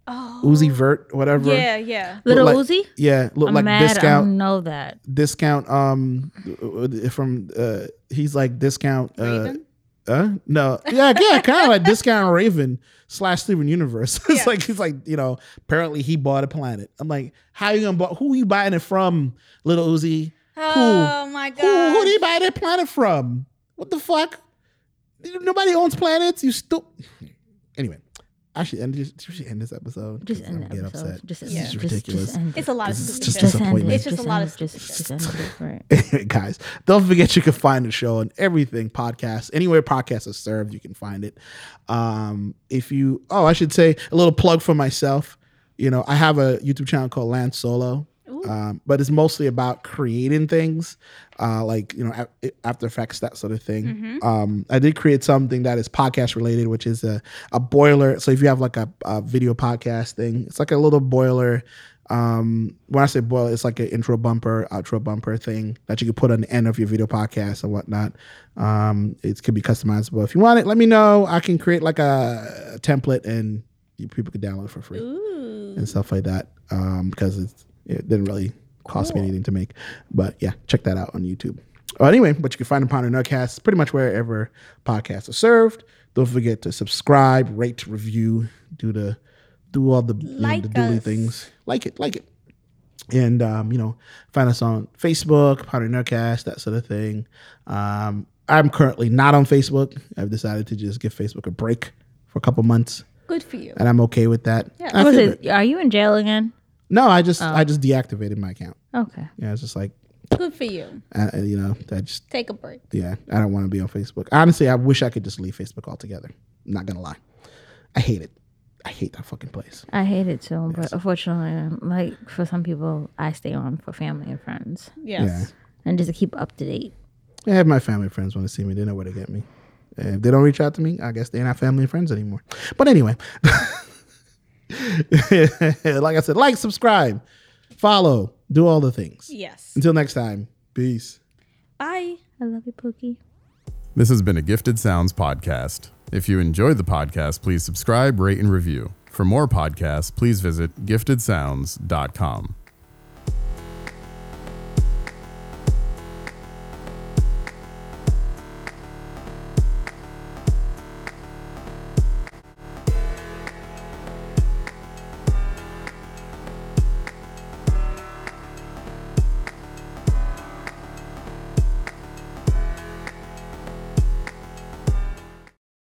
S3: oh,
S1: Uzi Vert, whatever.
S3: yeah, um, yeah.
S2: Little
S1: like-
S2: Uzi?
S1: yeah. Look
S2: I'm
S1: like
S2: mad I
S1: discount
S2: don't know that.
S1: discount um uh, from uh he's like discount uh
S3: Raven?
S1: Huh? No, yeah, yeah, kind of like discount Raven slash Steven Universe. it's like he's like you know. Apparently, he bought a planet. I'm like, how you gonna buy? Who you buying it from, Little Uzi?
S3: Oh my god.
S1: Who, who do you buy that planet from? What the fuck? Nobody owns planets. You stupid. Anyway, I should end, this- we should end this episode.
S2: Just
S1: 'cause
S2: end
S1: I'm
S2: the
S1: getting
S2: episode. Just
S1: this
S2: end
S1: is
S2: it. Just,
S1: ridiculous.
S2: just end it.
S3: It's a lot of
S1: This is
S3: stupid
S1: just
S3: shit.
S1: disappointment.
S3: It's just a lot
S2: end
S3: of
S2: it. Just, just end it. Right.
S1: Anyway, guys, don't forget you can find the show on everything podcast. Anywhere podcasts are served, you can find it. Um, if you, oh, I should say a little plug for myself. You know, I have a YouTube channel called Land Solo, um, but it's mostly about creating things uh, like, you know, a- After Effects, that sort of thing. Um, I did create something that is podcast related, which is a, a boiler. So if you have like a, a video podcast thing, it's like a little boiler um when i say boil it's like an intro bumper outro bumper thing that you can put on the end of your video podcast and whatnot um it could be customizable if you want it let me know i can create like a, template and you, people can download it for free
S3: Ooh.
S1: and stuff like that um because it's, it didn't really cost me anything to make but yeah check that out on youtube well, anyway but you can find them on the nutcast pretty much wherever podcasts are served don't forget to subscribe rate review do the do all the, you know,
S3: Like
S1: the dooley
S3: us.
S1: things like it like it and um, you know, find us on Facebook, Powder Nerdcast, that sort of thing. Um, I'm currently not on Facebook. I've decided to just give Facebook a break for a couple months,
S3: Good for you.
S1: and I'm okay with that. Yeah,
S2: I was it, are you in jail again?
S1: no, I just
S3: Oh.
S1: I just deactivated my account.
S2: Okay.
S1: Yeah, it's just like
S3: Good for you.
S1: I, I- you know, I just
S3: Take a break.
S1: yeah, I don't want to be on Facebook. Honestly, I wish I could just leave Facebook altogether. Not gonna lie, I hate it. I hate that fucking place.
S2: I hate it too, but unfortunately, um, like for some people, I stay on for family and friends
S3: Yes.
S2: and just to keep up to date.
S1: Yeah, if my family and friends want to see me, they know where to get me. If they don't reach out to me, I guess they're not family and friends anymore. But anyway, like I said, like, subscribe, follow, do all the things.
S3: Yes.
S1: Until next time, peace.
S3: Bye.
S2: I love you, Pookie.
S4: This has been a Gifted Sounds podcast. If you enjoyed the podcast, please subscribe, rate, and review. For more podcasts, please visit giftedsounds.com.